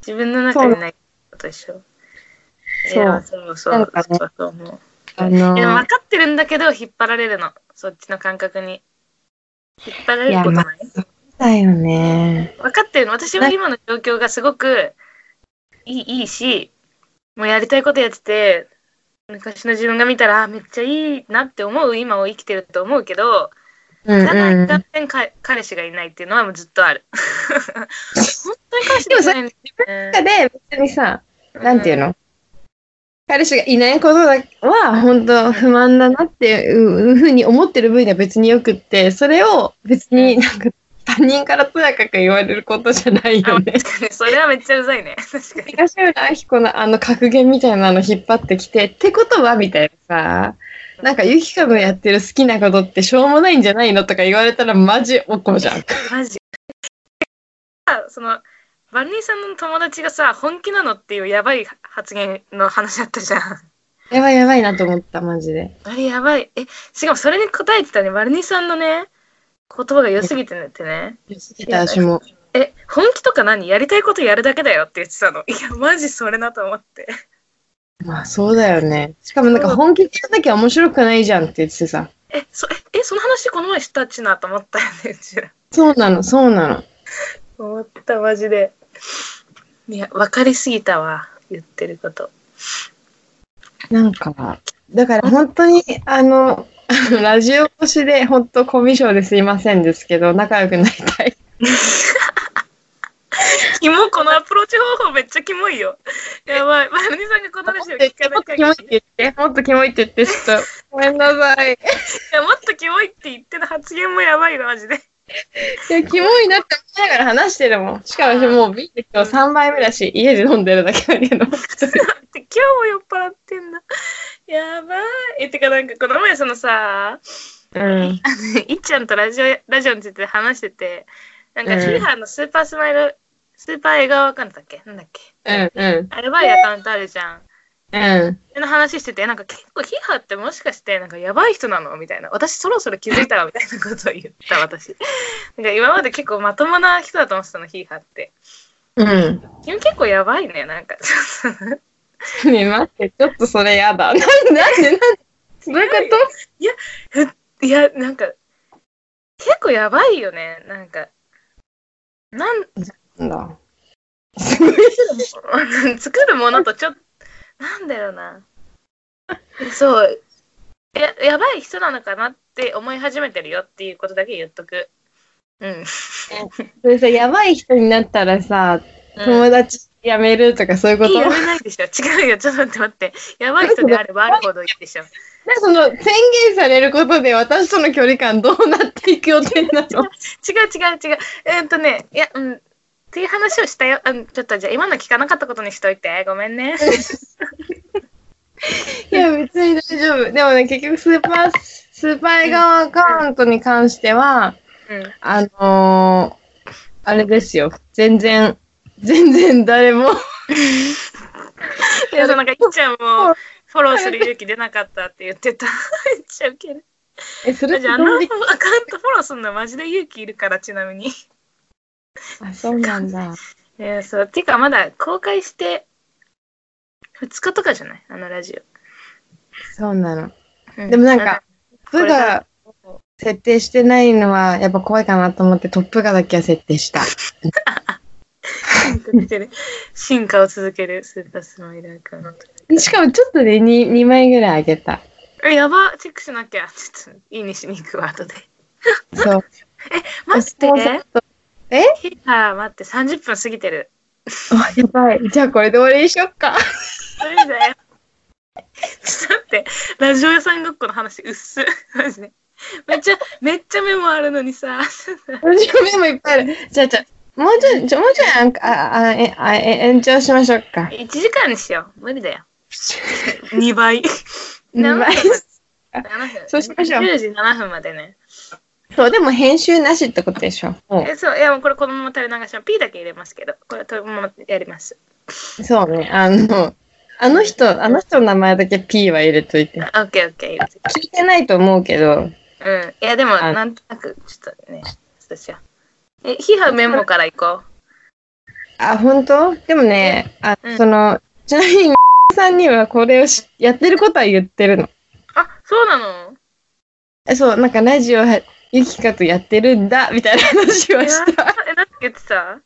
Speaker 2: 自分の中にないことでしょ
Speaker 1: そう
Speaker 2: いやそうそう
Speaker 1: な
Speaker 2: そ
Speaker 1: んかね
Speaker 2: うそうそう思う
Speaker 1: あの
Speaker 2: いや分かってるんだけど引っ張られるのそっちの感覚に引っ張られることない
Speaker 1: だよね。
Speaker 2: 分かってるの私は今の状況がすごくいいいいしもうやりたいことやってて昔の自分が見たらあめっちゃいいなって思う今を生きてると思うけど
Speaker 1: うん
Speaker 2: ただ、
Speaker 1: うん。
Speaker 2: 断然か彼氏がいないっていうのはもうずっ とある。本当に彼氏がいないんだよ
Speaker 1: 中
Speaker 2: ね。
Speaker 1: で別にさ、なんていうの、彼氏がいないことだは本当不満だなっていうふうに思ってる分には別によくって、それを別になんか他人からとやかく言われることじゃないよね
Speaker 2: あ。確かにそれはめっちゃうざいね。確かに。
Speaker 1: 東浦亜子のあの格言みたいなの引っ張ってきて、ってことはみたいなさ、なんかユキカのやってる好きなことってしょうもないんじゃないのとか言われたらマジおこじゃん。
Speaker 2: マジ。あそのバルニーさんの友達がさ本気なのっていうやばい発言の話だったじゃん。
Speaker 1: やばいやばいなと思った、マジで。
Speaker 2: あれやばい。えしかもそれに答えてたねバルニーさんのね言葉が良すぎてねってね。
Speaker 1: 来た私も。
Speaker 2: え本気とか何やりたいことやるだけだよって言ってたの。いやマジそれなと思って。
Speaker 1: まあそうだよね。しかもなんか本気でやんなきゃ面白くないじゃんって言っててさ。
Speaker 2: え、そえ、えその話この前したっちなと思ったよね、う ちら。
Speaker 1: そうなの、そうなの。
Speaker 2: 思った、マジで。いや、分かりすぎたわ、言ってること。
Speaker 1: なんか、だから本当に、あの、 ラジオ越しで、本当コミュ障ですいませんですけど、仲良くなりたい。
Speaker 2: キモ、このアプローチ方法めっちゃキモいよ。やばい、マルニさんがこの話を聞か
Speaker 1: も
Speaker 2: な
Speaker 1: っと
Speaker 2: きゃ
Speaker 1: キモいっ
Speaker 2: いけない
Speaker 1: て。言って、もっとキモいって言って、ちょっと、ごめんなさい。い
Speaker 2: いや、もっとキモいって言ってる発言もやばいよ、マジで。
Speaker 1: や、キモいなって思いながら話してるもん。しかも私もうビール今日3杯目だし、家で飲んでるだけだけど。
Speaker 2: だって今日も酔っ払ってんだ。やばい。え、てかなんかこの前そのさ、
Speaker 1: うん。
Speaker 2: いっちゃんとラジオラジオについて話してて、なんか、
Speaker 1: うん
Speaker 2: ヒーハーのスーパースマイル、スーパー笑顔アカウントだっけなんだっけ
Speaker 1: うんうん。
Speaker 2: あればいアカウントあるじゃん。
Speaker 1: うん。
Speaker 2: の話してて、なんか結構ヒハってもしかして、なんかやばい人なのみたいな。私そろそろ気づいたわ、みたいなことを言った、私。なんか今まで結構まともな人だと思ってたの、ヒハって。
Speaker 1: うん。
Speaker 2: 君結構やばいね、なんか。ちょっと
Speaker 1: ねえ待って、ちょっとそれやだ。なん で、なんで、なんで、どういうこ
Speaker 2: いや、なんか、結構やばいよね。なんか、なん、
Speaker 1: となんだ。すごい。
Speaker 2: 作るものとちょっと、なんだよな。そう。や、やばい人なのかなって思い始めてるよっていうことだけ言っとく。うん。
Speaker 1: それさ、やばい人になったらさ、
Speaker 2: うん
Speaker 1: 友達辞めるとかそういうこと、
Speaker 2: いい
Speaker 1: な
Speaker 2: や
Speaker 1: んか
Speaker 2: めないでしょ。違うよ。ちょっと待って待って。やばい人であればあるほどいいでしょ。
Speaker 1: その宣言されることで私との距離感どうなっていく予定なの
Speaker 2: 違う違う違う。えーっとね、いや、うん。っていう話をしたよ。うん、ちょっとじゃあ今の聞かなかったことにしといて。ごめんね。
Speaker 1: いや、別に大丈夫。でもね、結局スーパー、スーパー側アカウントに関しては、
Speaker 2: うん。
Speaker 1: あのーあれですよ。全然、全然誰 も
Speaker 2: い や、そうなんか、いっちゃんも、フォローする勇気出なかったって言って た。いっちゃんウケる。
Speaker 1: え、それっ
Speaker 2: じ
Speaker 1: て
Speaker 2: ゃあ、あ
Speaker 1: ど
Speaker 2: のア
Speaker 1: う
Speaker 2: カウ
Speaker 1: で
Speaker 2: ントフォローするのマジで勇気いるから、ちなみに。い
Speaker 1: あ、そうなんだ。
Speaker 2: や、そう。てか、まだ公開して、2日とかじゃないあのラジ
Speaker 1: そうなの。
Speaker 2: オ。うん
Speaker 1: でもなんか、、
Speaker 2: こ
Speaker 1: プ
Speaker 2: れから
Speaker 1: が設定してないのはやっぱ怖いかなと思ってトップがだけは設定した。
Speaker 2: 進化して る。進化を続ける、スーパースマイルアカウン
Speaker 1: しかもちょっとで 2, 2枚ぐらいあげた。
Speaker 2: ト。え、やば、チェックしなきゃ。ちょっと、いいにしに行くわ、後で。
Speaker 1: そう。
Speaker 2: 待って、
Speaker 1: そうそうそう
Speaker 2: あ、待って、30分過ぎてる。
Speaker 1: あ、 やばい。じゃあこれで終わりにしよっか。
Speaker 2: それだよ。ちょっと待って、ラジオ屋さんごっこの話、うっす。マジで。めっちゃ、めっちゃメモあるのにさ。
Speaker 1: 私の目もいっぱいある。じゃあじゃあもうちょい、ちょもうちょいなんかああえあえ延長しましょうか。
Speaker 2: 1時間にしよう。無理 だよ。2倍。
Speaker 1: 2枚。
Speaker 2: 7分。
Speaker 1: そうしましょう
Speaker 2: 10時7分までね。
Speaker 1: そう、でも編集なしってことでしょ。も
Speaker 2: え、そう、いや、もうこれこのまま垂れ流しの P だけ入れますけど、これこのままやります。
Speaker 1: うそうね。あの、あの人、あの人の名前だけ P は入れといて。
Speaker 2: あオッケーオッケー。入れて
Speaker 1: 聞いてないと思うけど、
Speaker 2: うん。いや、でも、
Speaker 1: あ
Speaker 2: なんとなく、ちょっとね、そうしよう。え、ヒハメモからいこ
Speaker 1: あ、本当でもね、あ
Speaker 2: うん
Speaker 1: その、ちなみに、さんにはこれをしやってることは言ってるの。
Speaker 2: う。あ、そうなの
Speaker 1: えそう、なんかラジオは、ゆきかとやってるんだ、みたいな話はした。
Speaker 2: え、なんて言ってた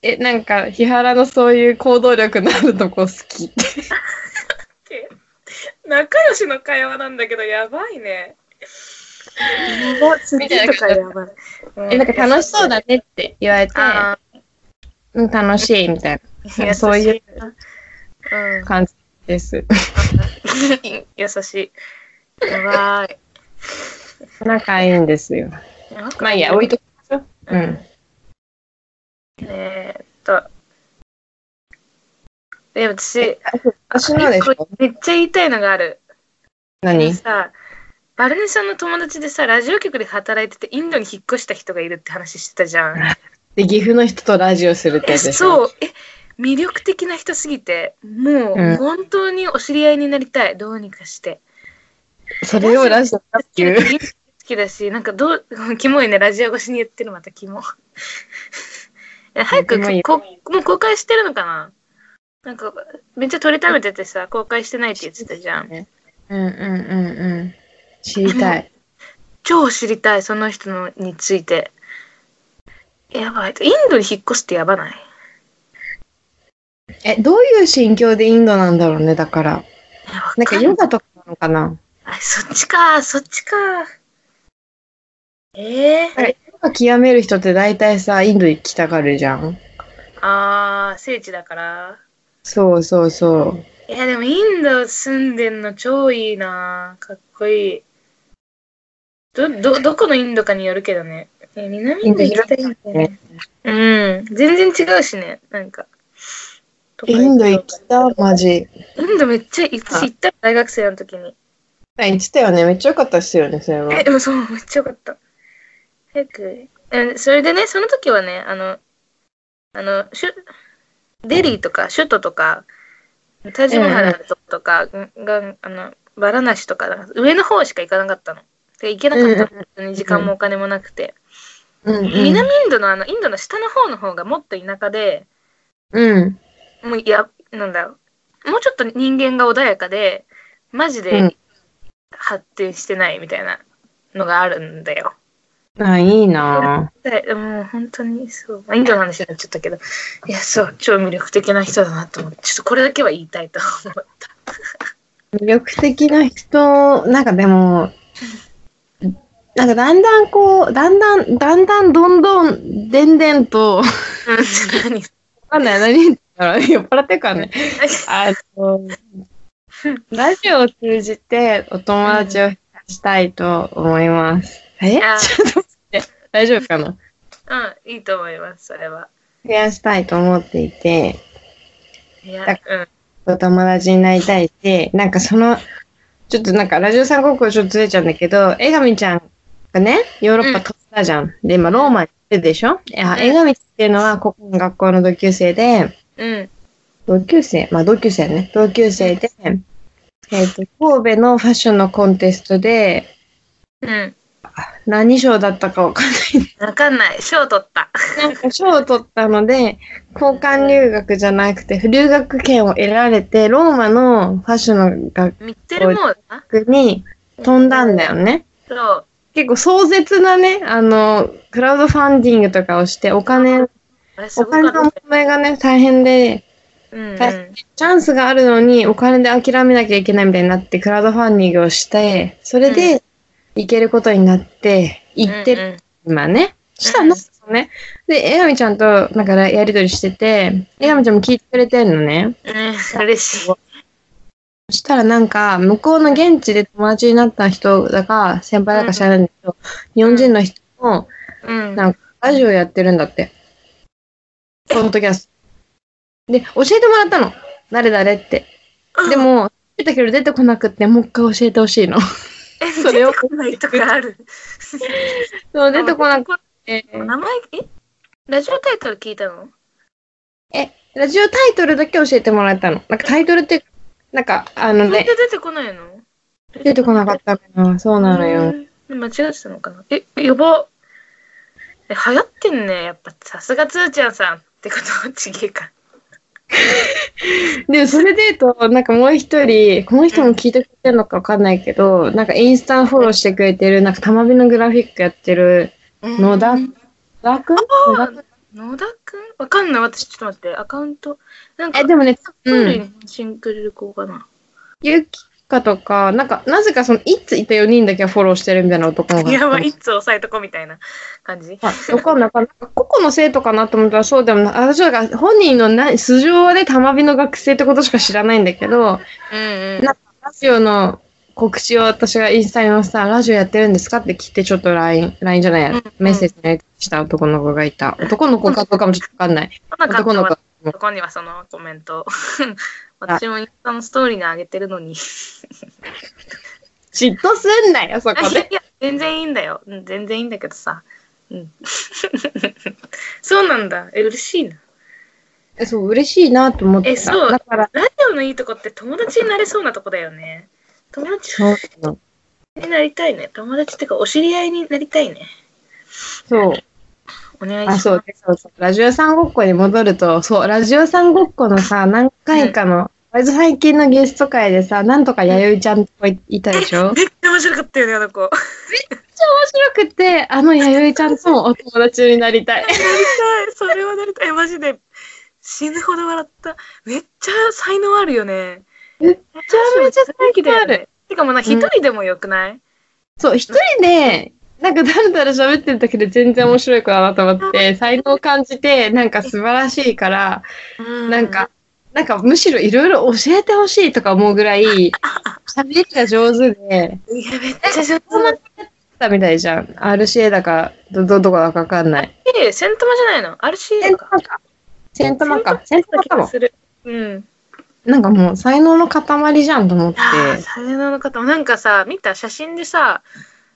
Speaker 1: え、なんか、日原のそういう行動力のあるとこ好き。
Speaker 2: って仲良しの会話なんだけどやばいね。やば
Speaker 1: みたいな感じ
Speaker 2: やばい。
Speaker 1: え、なんか楽しそう
Speaker 2: ね。
Speaker 1: だねって言われて、
Speaker 2: あ
Speaker 1: うん、楽しい、みたい
Speaker 2: ー
Speaker 1: な、そういう。
Speaker 2: うん
Speaker 1: 感じです。
Speaker 2: 優しい。やばい。
Speaker 1: 仲いいんですよ。
Speaker 2: なんか
Speaker 1: まあいいや、置いときましょう。う
Speaker 2: うん
Speaker 1: ん。
Speaker 2: えーっと。え、私、
Speaker 1: 私のでしょ
Speaker 2: めっちゃ言いたいのがある。
Speaker 1: 何
Speaker 2: さ、バルネさんの友達でさ、ラジオ局で働いててインドに引っ越した人がいるって話してたじゃん。
Speaker 1: で、岐阜の人とラジオするって
Speaker 2: え
Speaker 1: やつでし
Speaker 2: そ
Speaker 1: ょ
Speaker 2: うえ魅力的な人すぎても
Speaker 1: う
Speaker 2: うん本当にお知り合いになりたいどうにかして
Speaker 1: それをラジオだっていう。
Speaker 2: 好きだしなんかどう キモいねラジオ越しに言ってるまたキモ え早く
Speaker 1: キモいよ
Speaker 2: こもう公開してるのかななんかめっちゃ取りためててさ公開してないって言ってたじゃん
Speaker 1: うんうんうんうん。知りたい。
Speaker 2: 超知りたいその人のについてやばいインドに引っ越すってやばない
Speaker 1: え、どういう心境でインドなんだろうね、だから。
Speaker 2: いやわ
Speaker 1: なんか
Speaker 2: かん
Speaker 1: ヨガとかなのかな
Speaker 2: あそっちかそっちかええー、
Speaker 1: ヨガ極める人って大体さ、インド行きたがるじゃん。
Speaker 2: あー、聖地だから。
Speaker 1: そうそうそう。
Speaker 2: いや、でもインド住んでんの超いいなかっこいい。ど、ど、どこのインドかによるけどね。え南インド行きたいんだよね。うん。全然違うしね、なんか。
Speaker 1: インド行きたマジ。
Speaker 2: インドめっちゃ行
Speaker 1: あ
Speaker 2: 行った大学生の時に。
Speaker 1: あ行ってたよね。めっちゃ良かったっすよね、それは
Speaker 2: え、。でもそう、めっちゃよかった。早く。え、それでね、その時はね、あの、あの、しゅデリーとか、首都とか、田島原とかが、あのバラナシとか上の方しか行かなかったの。で行けなかったの、本当に時間もお金もなく
Speaker 1: うんう
Speaker 2: て。
Speaker 1: ん
Speaker 2: 南インドのあのインドの下の方の方がもっと田舎で、
Speaker 1: うん。
Speaker 2: もういやなんだろうもうちょっと人間が穏やかでマジ
Speaker 1: う
Speaker 2: で
Speaker 1: ん
Speaker 2: 発展してないみたいなのがあるんだよ。
Speaker 1: あ、いいな
Speaker 2: でもう本当にそうまあインドの話になっちゃったけどいやそう超魅力的な人だなと思ってちょっとこれだけは言いたいと思う。
Speaker 1: 魅力的な人、なんかでも、なんかだんだんこう、だんだん、だんだんどんどん、でんでんと、わ
Speaker 2: うん 何
Speaker 1: かんない、何言ったら 酔っ払ってるからね。あの、ラジオを通じてお友達を増やしたいと思います。え
Speaker 2: あー
Speaker 1: ちょっと待って、大丈夫かな
Speaker 2: うん、いいと思います、それは。
Speaker 1: 増やしたいと思っていて、
Speaker 2: いや、
Speaker 1: だ
Speaker 2: うん。
Speaker 1: お友達になりたいって、なんかその、ちょっとなんかラジオさんごっこちょっとずれちゃうんだけど、江上ちゃんがね、ヨーロッパ飛んだじゃん。で、今ローマに行ってるでしょ、いや
Speaker 2: うん
Speaker 1: 江上っていうのはここの学校の同級生で、
Speaker 2: うん。
Speaker 1: 同級生まあ同級生ね。同級生で、えっ、と、神戸のファッションのコンテストで、
Speaker 2: うん。
Speaker 1: 何賞だったかわかんない
Speaker 2: わかんない。賞取った。
Speaker 1: なんか賞を取ったので交換留学じゃなくて留学権を得られてローマのファッションの学
Speaker 2: 見てるもんな。
Speaker 1: 校に飛んだんだよね。
Speaker 2: そう。
Speaker 1: 結構壮絶なね、あの、クラウドファンディングとかをして、お金、
Speaker 2: あれす
Speaker 1: お
Speaker 2: ごか
Speaker 1: 金
Speaker 2: っ
Speaker 1: の
Speaker 2: た
Speaker 1: 問。題がね、大変で、
Speaker 2: うん、うん。
Speaker 1: チャンスがあるのにお金で諦めなきゃいけないみたいになって、クラウドファンディングをして、それで行けることになって、行ってる
Speaker 2: る。
Speaker 1: 今ね。したらなんかね。で、江上ちゃんと、なんかやりとりしてて、江上ちゃんも聞いてくれてんのね。
Speaker 2: うん。嬉しい。
Speaker 1: そしたらなんか、向こうの現地で友達になった人だか、先輩だか知らないんだけど、日本人の人も、
Speaker 2: うん。
Speaker 1: なんか、ラジオやってるんだって。ポッドキャスト。で、教えてもらったの。誰誰って。でも、言ったけど出てこなくって、もう一回教えてほしいの。
Speaker 2: え、
Speaker 1: それを
Speaker 2: 出てこないとかある。
Speaker 1: そう、出てこなくて。
Speaker 2: 名前、えラジオタイトル聞いたの
Speaker 1: ラジオタイトルだけ教えてもらったの。なんかタイトルって、なんか、あの
Speaker 2: それ
Speaker 1: ね
Speaker 2: で、出てこないの
Speaker 1: 出てこなかったのよ。そうなのよ。
Speaker 2: うん間違ってたのかなえ、やば。え、流行ってんね。やっぱ、さすがつーちゃんさんってことはちげえか。
Speaker 1: で、それで言うと、なんかもう一人、この人も聞いてくれてるのかわかんないけど、なんかインスタフォローしてくれてる、なんかたまびのグラフィックやってる、野田、野田くん野田くん
Speaker 2: 野田くんわかんない。私、ちょっと待って。アカウント。なんか、
Speaker 1: え、でもね、
Speaker 2: プー
Speaker 1: う
Speaker 2: ルに
Speaker 1: ん、
Speaker 2: 返信くれる子かな。
Speaker 1: ゆきかとか、なんか、なぜかその、いついた4人だけはフォローしてるみたいな男の子が。
Speaker 2: やばい、いつ押さえとこみたいな感じ。
Speaker 1: あわかんない。なんか個々の生徒かなと思ったらそうでもない。私はなんか本人のな素性はね、たまびの学生ってことしか知らないんだけど、
Speaker 2: うんうん。
Speaker 1: なラジオの告知を私がインスタに載せたら、ラジオやってるんですかって聞いて、ちょっと LINE、LINE じゃないや、
Speaker 2: うんうん
Speaker 1: メッセージにやり取りした男の子がいた。男の子かどうかもちょっとわかんない。
Speaker 2: 来なか
Speaker 1: 男
Speaker 2: った
Speaker 1: の子
Speaker 2: わ。。そこにはそのコメント。私もインスタのストーリーに上げてるのに。い
Speaker 1: 嫉妬すんなよ、そこ
Speaker 2: や
Speaker 1: で。
Speaker 2: いや、全然いいんだよ。うん全然いいんだけどさ。うん そうなんだ。え、嬉しいな。
Speaker 1: えそう、嬉しいなと思って
Speaker 2: え、
Speaker 1: た。
Speaker 2: そう。
Speaker 1: だから、
Speaker 2: ラジオのいいとこって友達になれそうなとこだよね。友達
Speaker 1: そうなの
Speaker 2: になりたいね。友達っていうか、お知り合いになりたいね。
Speaker 1: そう。
Speaker 2: お願いしま
Speaker 1: あ、
Speaker 2: す。
Speaker 1: そう、そうそう。ラジオさんごっこに戻ると、そう、ラジオさんごっこのさ、何回かの、割と最近のゲスト会でさ、なんとか弥生ちゃんとこいたでしょ
Speaker 2: めっちゃ面白かったよね、あ の子。
Speaker 1: 面白くて、あの弥生ちゃんともお友達になりたい。
Speaker 2: なりたい。それはなりたい。マジで死ぬほど笑った。めっちゃ才能あるよね。
Speaker 1: めっ
Speaker 2: めち
Speaker 1: ゃめちゃ才能ある。
Speaker 2: てかもうな、一人でもよくない
Speaker 1: そう、一人で、なんかだらだら喋ってたけど全然面白い子だなと思って、才能を感じて、なんか素晴らしいから、なんか、、なんかむしろいろいろ教えてほしいとか思うぐら い、喋りが上手で、
Speaker 2: いや、めっちゃ上手
Speaker 1: そんなにやってたみたいじゃん。RCA だか、ど、ど、どこだかわかんない。
Speaker 2: え、セントマじゃないの ?RC
Speaker 1: セン
Speaker 2: だ
Speaker 1: ト
Speaker 2: か。
Speaker 1: マか。セントマか。セントマか
Speaker 2: だ気が
Speaker 1: も。
Speaker 2: する。うん。
Speaker 1: なんかもう才能の塊じゃんと思って、
Speaker 2: ああ、才能の方もなんかさ、見た写真でさ、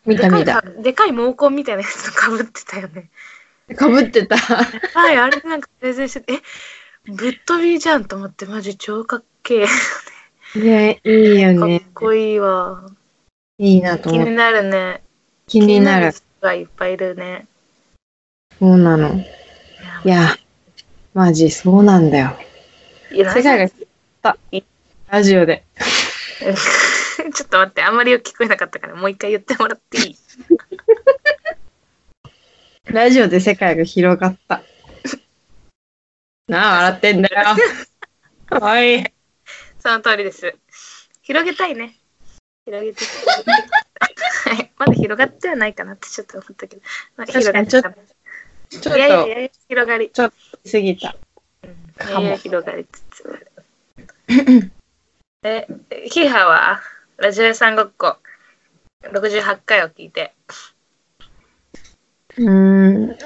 Speaker 1: 見た見
Speaker 2: でか
Speaker 1: た。
Speaker 2: いかでかい毛根みたいなやつかぶってたよ ね。
Speaker 1: かぶってた。
Speaker 2: はい、あれなんかプレゼンしてて、え、ぶっ飛びじゃんと思って、マジ超かっけえ。
Speaker 1: ね、いいよ
Speaker 2: かっ
Speaker 1: ね。
Speaker 2: こいいわ。
Speaker 1: いいなと
Speaker 2: 気
Speaker 1: 思って
Speaker 2: になるね。
Speaker 1: 気になる。
Speaker 2: 人がいっぱいいるね。
Speaker 1: そうなの。いや、マジそうなんだよ。
Speaker 2: いや
Speaker 1: 世界が変わった。ラジオで。
Speaker 2: ちょっと待って、あんまりよく聞こえなかったから、もう一回言ってもらっていい
Speaker 1: ラジオで世界が広が った。なあ、笑ってんだよ。 おい。
Speaker 2: その通りです。広げたいね。広げて。 はいまだ広がってはないかなってちょっと思ったけど。まあ、広
Speaker 1: 確か
Speaker 2: がっ
Speaker 1: にちょっ
Speaker 2: て
Speaker 1: とち
Speaker 2: た。
Speaker 1: ょっ
Speaker 2: いやいやい
Speaker 1: と
Speaker 2: や、広がり。
Speaker 1: 過ぎた。
Speaker 2: い
Speaker 1: か
Speaker 2: や
Speaker 1: も
Speaker 2: いや、広がりつつ。え、ヒーハーはラジオ屋さんごっこ68回を聞いて。
Speaker 1: うーん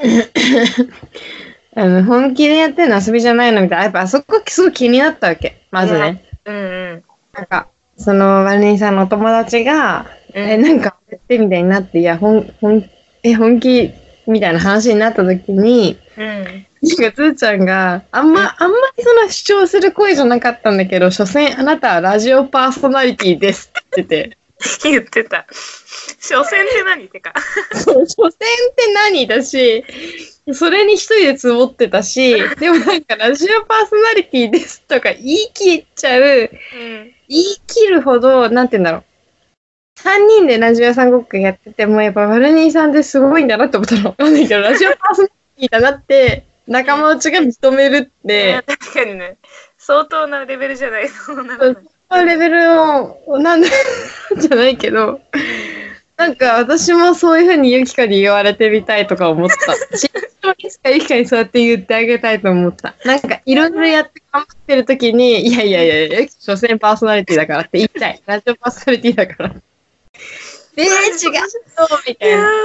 Speaker 1: あの本気でやってるの遊びじゃないのみたいな。やっぱあそこすごい気になったわけ。まず
Speaker 2: は
Speaker 1: ね
Speaker 2: い。うんうん。
Speaker 1: なんか、そのバルニーさんのお友達が、え、 なんかやってみたいになって、いや、ほん、ほん、え、本気みたいな話になった時に、
Speaker 2: うん。
Speaker 1: なんか、つーちゃんがあんま、あんまりその主張する声じゃなかったんだけど、所詮あなたはラジオパーソナリティですって言ってて。
Speaker 2: 言ってた。所詮って何ってか。
Speaker 1: そう、所詮って何だし、それに一人でつぼってたし、でもなんかラジオパーソナリティですとか言い切っちゃう、
Speaker 2: うん。
Speaker 1: 言い切るほど、なんて言うんだろう。3人でラジオ屋さんごっこやってても、やっぱバルニーさんってすごいんだなって思ったの。わかんないけど、ラジオパーソナリティだなって、仲間内が認めるっ
Speaker 2: いや
Speaker 1: て、
Speaker 2: 確かにね。相当なレベルじゃない。そんな
Speaker 1: そ
Speaker 2: の
Speaker 1: うそういうレベルを、なんでじゃないけど、なんか私もそういうふうにユキカに言われてみたいとか思った。しいつかユキカにそうやって言ってあげたいと思った。なんかいろいろやって頑張ってる時に、いやいやいやいや、所詮パーソナリティだからって言いたい。ラジオパーソナリティだから。えー、違うみたい
Speaker 2: や
Speaker 1: な。
Speaker 2: ばい。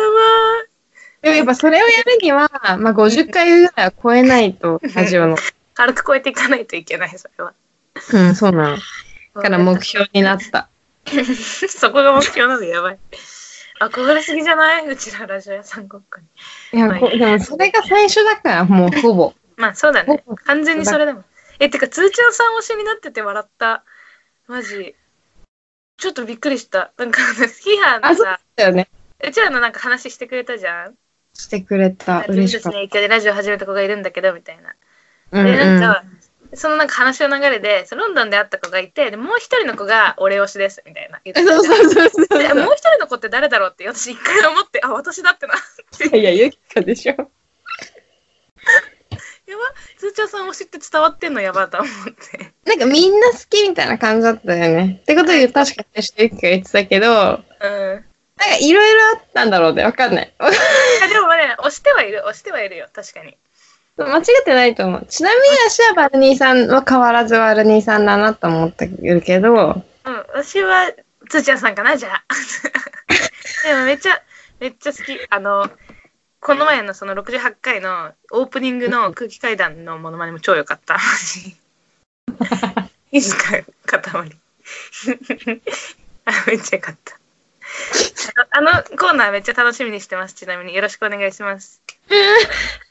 Speaker 1: でもやっぱそれをやるには、まあ50回ぐらいは超えないと、ラジオ の。
Speaker 2: 軽く超えていかないといけない、それは。
Speaker 1: うん、そうなの。だから目標になった。
Speaker 2: そこが目標なのやばい。憧れすぎじゃないうちらラジオ屋さんごっこに。
Speaker 1: いや、
Speaker 2: はい
Speaker 1: こでもそれが最初だから、もうほぼ。
Speaker 2: まあそうだね。完全にそれだもん。え、てか、つーちゃんさん推しになってて笑った。マジ。ちょっとびっくりした。なんか、スキーハーの
Speaker 1: あ、そう
Speaker 2: さ
Speaker 1: だ、よね。
Speaker 2: うちらのなんか話してくれたじゃん。
Speaker 1: してくれた。
Speaker 2: 自分
Speaker 1: 嬉
Speaker 2: た
Speaker 1: し
Speaker 2: ち
Speaker 1: か
Speaker 2: の
Speaker 1: った。
Speaker 2: 影響でラジオ始めた子がいるんだけど、みたいな。
Speaker 1: うん
Speaker 2: で、なん
Speaker 1: うん
Speaker 2: か、そのなんか話の流れで、そのロンドンで会った子がいて、でもう一人の子が俺推しです、みたいな。言ってたじゃ
Speaker 1: そ
Speaker 2: ん
Speaker 1: うそうそう そう
Speaker 2: でもう一人の子って誰だろうって私一回思って、あ、私だって な。
Speaker 1: いや、ゆきかでしょ。
Speaker 2: やば、つーちゃんさん推しって伝わってんのやばと思って。
Speaker 1: なんかみんな好きみたいな感じだったよね。ってことで確かにゆきか言ってたけど、なん
Speaker 2: うん。
Speaker 1: かいろいろあったんだろうね。わかんない。
Speaker 2: いやでもね、押してはいる、押してはいるよ、確かに。
Speaker 1: 間違ってないと思う。ちなみに私はバルニーさんは変わらずバルニーさんだなと思ってるけど、
Speaker 2: うん、私は、つーちゃんさんかな、じゃあ。でもめっちゃ、めっちゃ好き。あの、この前のその68回のオープニングの空気階段のモノマネも超良かった。マジいいっすか、塊。 あめっちゃ良かった。あのあのコーナーめっちゃ楽しみにしてます。ちなみによろしくお願いします。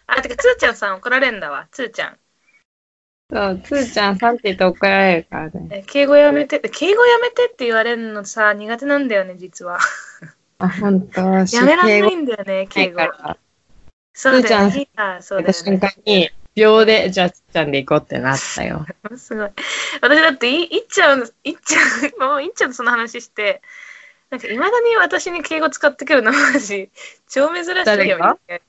Speaker 2: あ、てか、つーちゃんさん怒られんだわ。つーちゃん。
Speaker 1: そう、つーちゃんさんって言って怒られるからね。
Speaker 2: え敬語やめて、敬語やめてって言われるのさ、苦手なんだよね、実は。
Speaker 1: あ、ほんと、や
Speaker 2: やめられないんだよね、敬語
Speaker 1: な。いから。
Speaker 2: そうだよ
Speaker 1: すー
Speaker 2: ね。あそう
Speaker 1: やった
Speaker 2: だよ
Speaker 1: 瞬
Speaker 2: ね。
Speaker 1: 間に、秒で、じゃあ、つっちゃんで行こうってなったよ。
Speaker 2: すごい。私だってい、いっちゃん、いっちゃん、もういっちゃんとその話して、なんか、いまだに私に敬語使ってくるの、マジ、超珍しいよ。
Speaker 1: 誰が
Speaker 2: え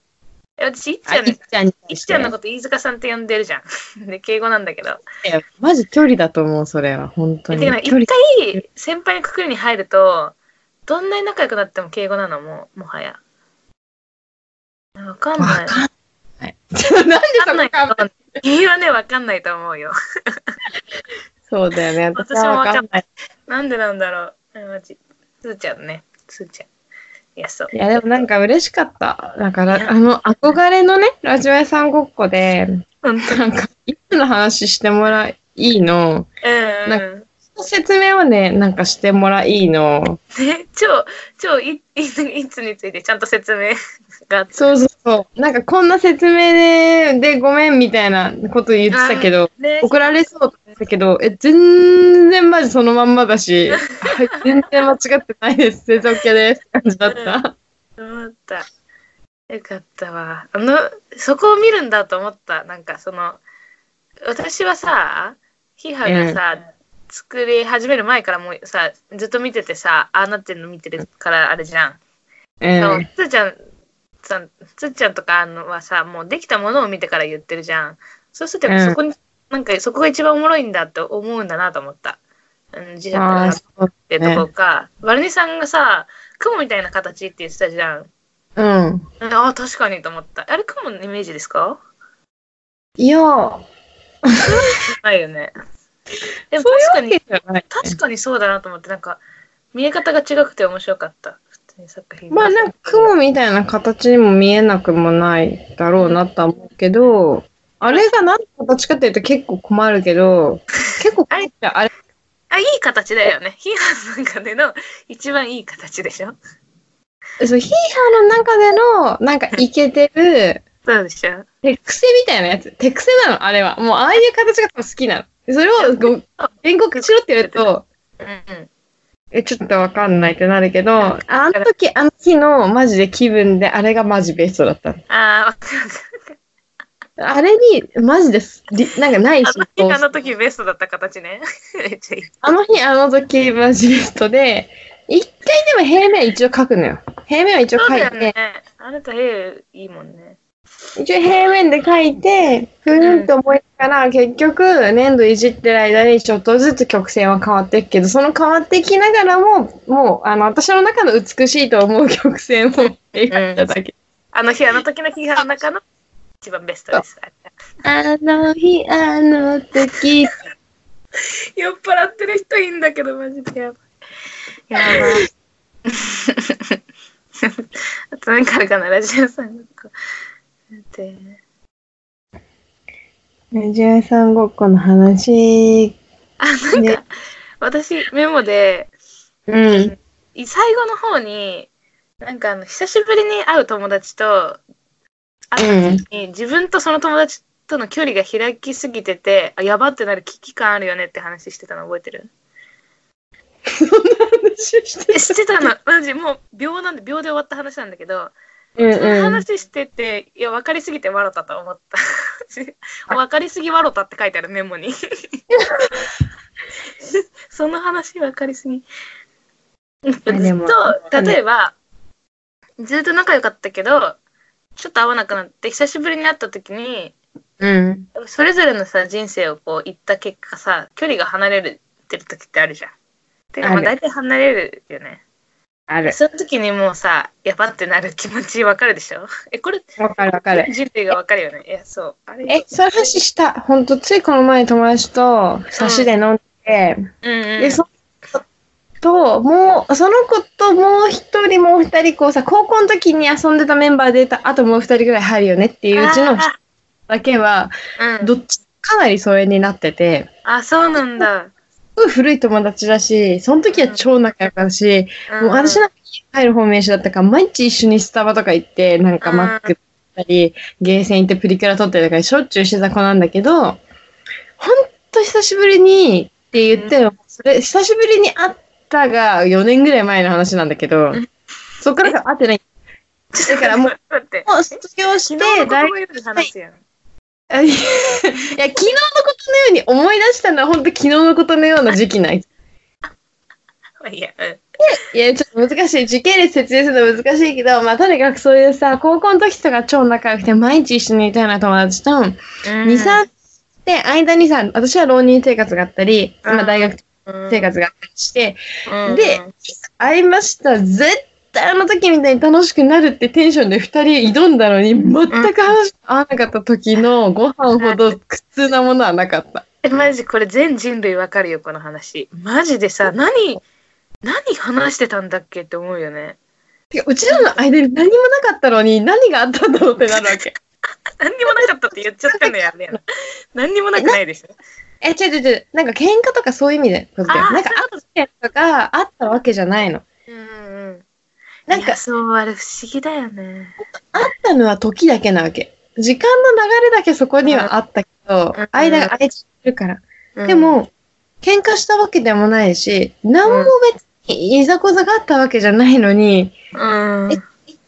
Speaker 2: 私、いっち
Speaker 1: あ、
Speaker 2: ゃん、
Speaker 1: い
Speaker 2: い
Speaker 1: っちゃんに
Speaker 2: っ
Speaker 1: 対して。
Speaker 2: ちゃんのこと飯塚さんって呼んでるじゃん。 で、敬語なんだけど。
Speaker 1: えマジ距離だと思う、それは。本当
Speaker 2: え
Speaker 1: に
Speaker 2: てかなん。か
Speaker 1: 距離
Speaker 2: 一回、先輩のくくりに入ると、どんなに仲良くなっても敬語なの、もう、もはや。わかんない
Speaker 1: わ。かんない。なんで
Speaker 2: わか
Speaker 1: そ
Speaker 2: んない
Speaker 1: こ
Speaker 2: と
Speaker 1: かぶ
Speaker 2: 思う。理由はね、わかんないと思うよ。
Speaker 1: そうだよね。
Speaker 2: 私
Speaker 1: 私
Speaker 2: も
Speaker 1: は
Speaker 2: わ
Speaker 1: わ
Speaker 2: か
Speaker 1: か
Speaker 2: ん
Speaker 1: んない。
Speaker 2: なんでなんだろう。マジ。つーちゃんね。つーちゃん。いや、そう。
Speaker 1: いや、でもなんか嬉しかった。だから、あの、憧れのね、ラジオ屋さんごっこで、
Speaker 2: 本当に。
Speaker 1: なんか、いつの話してもらいいの、
Speaker 2: うんうん。
Speaker 1: なの説明をね、なんかしてもらいいの。
Speaker 2: ね、超、超い、いつ、いつについてちゃんと説明 があって。
Speaker 1: そうそうそう。なんかこんな説明で、でごめんみたいなこと言ってたけど、
Speaker 2: ね、
Speaker 1: 怒られそうだったけど、え、全然マジそのまんまだ し、はい、全然間違ってないです。全然 OK です。って感じだった。
Speaker 2: 思った。よかったわ。あの、そこを見るんだと思った。なんかその、私はさ、ヒハがさ、作り始める前からもうさ、ずっと見ててさ、ああなってるの見てるからあれじゃん。
Speaker 1: う
Speaker 2: でも
Speaker 1: ん。
Speaker 2: つーちゃん、さんつーちゃんとかあのはさ、もうできたものを見てから言ってるじゃん。そうするとやっぱ
Speaker 1: うん
Speaker 2: そこに、なんかそこが一番おもろいんだって思うんだなと思った。うん、自社
Speaker 1: ああ、
Speaker 2: っ
Speaker 1: そう。
Speaker 2: ていうとこか、バルニさんがさ、雲みたいな形って言ってたじゃん。
Speaker 1: うん。
Speaker 2: うんああ、確かにと思った。あれ雲のイメージですか
Speaker 1: いや、そ
Speaker 2: ないよね。でも確
Speaker 1: ういうわけ
Speaker 2: かに、
Speaker 1: じゃない。
Speaker 2: 確かにそうだなと思って、なんか、見え方が違くて面白かった。普通に作品。
Speaker 1: まあなんか雲みたいな形にも見えなくもないだろうなとは思うけど、あれが何の形かっていうと結構困るけど、結構
Speaker 2: あれ
Speaker 1: あれ、
Speaker 2: あ、いい形だよね。ヒハの中での一番いい形でしょ
Speaker 1: そう、ヒーハーの中でのなんかイケてる、
Speaker 2: そうでしょ
Speaker 1: 手癖みたいなやつ。手癖なの、あれは。もうああいう形が多分好きなの。それをご原告しろって言うと、
Speaker 2: うんうん。
Speaker 1: え、ちょっとわかんないってなるけど、ああの時、あの日のマジで気分で、あれがマジベストだったの。
Speaker 2: ああ、わかるわかる。
Speaker 1: あれに、マジです。りなんかないし、
Speaker 2: あの日あの時ベストだった形ね。 めっちゃいい
Speaker 1: あの日、あの時、マジベストで、一回でも平面一応書くのよ。平面を一応
Speaker 2: そう
Speaker 1: 書
Speaker 2: だ
Speaker 1: い
Speaker 2: よ
Speaker 1: て、
Speaker 2: ね。あなた絵いいもんね。
Speaker 1: 一応平面で書いて、ふーんと思いながら、結局、粘土いじってる間にちょっとずつ曲線は変わっていくけど、その変わってきながらも、もう、あの、私の中の美しいと思う曲線を描いただけ。
Speaker 2: あの日あの時のヒハの中の一番ベストです。
Speaker 1: あの日、あの時。
Speaker 2: 酔っ払ってる人いいんだけど、マジでやばい。やばい。 あと何かあるかな、ラジオさんごっこ。だって
Speaker 1: ラジオさんごっこの話。
Speaker 2: あ、なん
Speaker 1: ね
Speaker 2: か、私、メモで、
Speaker 1: うん。
Speaker 2: い最後の方に、なんかあの、久しぶりに会う友達と、会った時に、自分とその友達との距離が開きすぎてて、あ、やばってなる危機感あるよねって話してたの覚えてる
Speaker 1: 話して
Speaker 2: えしてたの、マジ、もう秒なんで、秒で終わった話なんだけど、
Speaker 1: うん
Speaker 2: その
Speaker 1: うん。
Speaker 2: 話してて、いや、分かりすぎて笑ったと思った。分かりすぎ笑ったって書いてあるメ モに。その話分かりすぎ。ず
Speaker 1: でも
Speaker 2: っと、例えば、ずっと仲良かったけど、ちょっと会わなくなって、久しぶりに会った時に、
Speaker 1: うん。
Speaker 2: それぞれのさ、人生をこう、言った結果さ、距離が離れるってる時ってあるじゃん。てか、ま
Speaker 1: あ
Speaker 2: あ
Speaker 1: る
Speaker 2: 大体離れるよね。
Speaker 1: ある。
Speaker 2: その時にもうさ、やばってなる気持ち分かるでしょえ、これ
Speaker 1: わかるわかる。
Speaker 2: 人類がわかるよね。いや、そう。あれ
Speaker 1: え、その話した。ほんと、ついこの前友達と、差しで飲んで、
Speaker 2: うんうん。
Speaker 1: で、その子と、もう、その子ともう一人、もう二人、こうさ、高校の時に遊んでたメンバーでた、あともう二人ぐらい入るよねっていううちの人
Speaker 2: あ
Speaker 1: だけは、
Speaker 2: ーうん、
Speaker 1: どっち、かなり疎遠になってて、
Speaker 2: あ、そうなんだ。
Speaker 1: すごい古い友達だし、その時は超仲良かったし、
Speaker 2: う
Speaker 1: も
Speaker 2: ん
Speaker 1: う私なんか家帰る方面一緒だったから、毎日一緒にスタバとか行って、なんか
Speaker 2: うん
Speaker 1: マック行ったり、ゲーセン行ってプリクラ撮ったりとか、しょっちゅうしてた子なんだけど、ほんと久しぶりにって言っても、それ、久しぶりに会ったが4年ぐらい前の話なんだけど
Speaker 2: ん、
Speaker 1: そっから会ってない。だからもう、
Speaker 2: 待って。
Speaker 1: もう卒業し
Speaker 2: 昨
Speaker 1: て
Speaker 2: 日
Speaker 1: 大
Speaker 2: の、言葉より話すやん。
Speaker 1: あいや、いや昨日のことのように思い出したのは、ほんと昨日のことのような時期ない。
Speaker 2: まあいいや、うん。
Speaker 1: いや、ちょっと難しい。時系列説明するの難しいけど、まあ、とにかくそういうさ、高校の時とか超仲良くて、毎日一緒にいたような友達と、2、
Speaker 2: うん
Speaker 1: 3で、間にさ、私は浪人生活があったり、まあ、大学生、活があったりして、
Speaker 2: うん
Speaker 1: で、会いました。絶対あの時みたいに楽しくなるってテンションで2人挑んだのに、全く話合わなかった時のご飯ほど苦痛なものはなかった。
Speaker 2: え、マジこれ全人類わかるよ、この話。マジでさ、何、何話してたんだっけって思うよね。
Speaker 1: てかうちらの間に何もなかったのに、何があったんだろうってなるわけ。
Speaker 2: 何にもなかったって言っちゃってんのやめやな。何にもなくないでしょ。
Speaker 1: え、違う違う違う。なんか喧嘩とかそういう意味でことだよ。
Speaker 2: あー
Speaker 1: なんかアクシデントがあったわけじゃないの。
Speaker 2: うんうん。
Speaker 1: なん
Speaker 2: い
Speaker 1: か
Speaker 2: やそう、あれ不思議だよね。
Speaker 1: あったのは時だけなわけ。時間の流れだけそこにはあったけど
Speaker 2: うん、
Speaker 1: 間が空いてるから。
Speaker 2: うん
Speaker 1: で、も、喧嘩したわけでもないし、何も別にいざこざがあったわけじゃないのに、
Speaker 2: うん。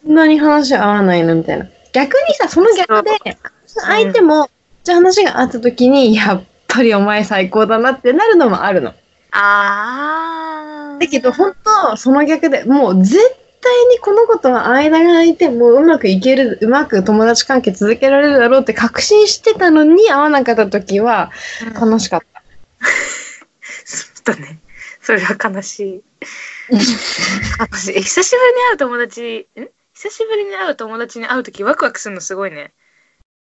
Speaker 1: そんなに話合わないのみたいな。逆にさ、その逆で、相手も、じゃあ話があった時に、やっぱりお前最高だなってなるのもあるの。
Speaker 2: ああ。
Speaker 1: だけど、本当その逆で、もう絶対にこの子とは間が空いて、もううまくいける、うまく友達関係続けられるだろうって確信してたのに、会わなかった時は、
Speaker 2: うん
Speaker 1: 悲しかった。
Speaker 2: そうだね。それは悲し い。悲しいえ久しぶりに会う友達、ん久しぶりに会う友達に会うときワクワクするのすごいね。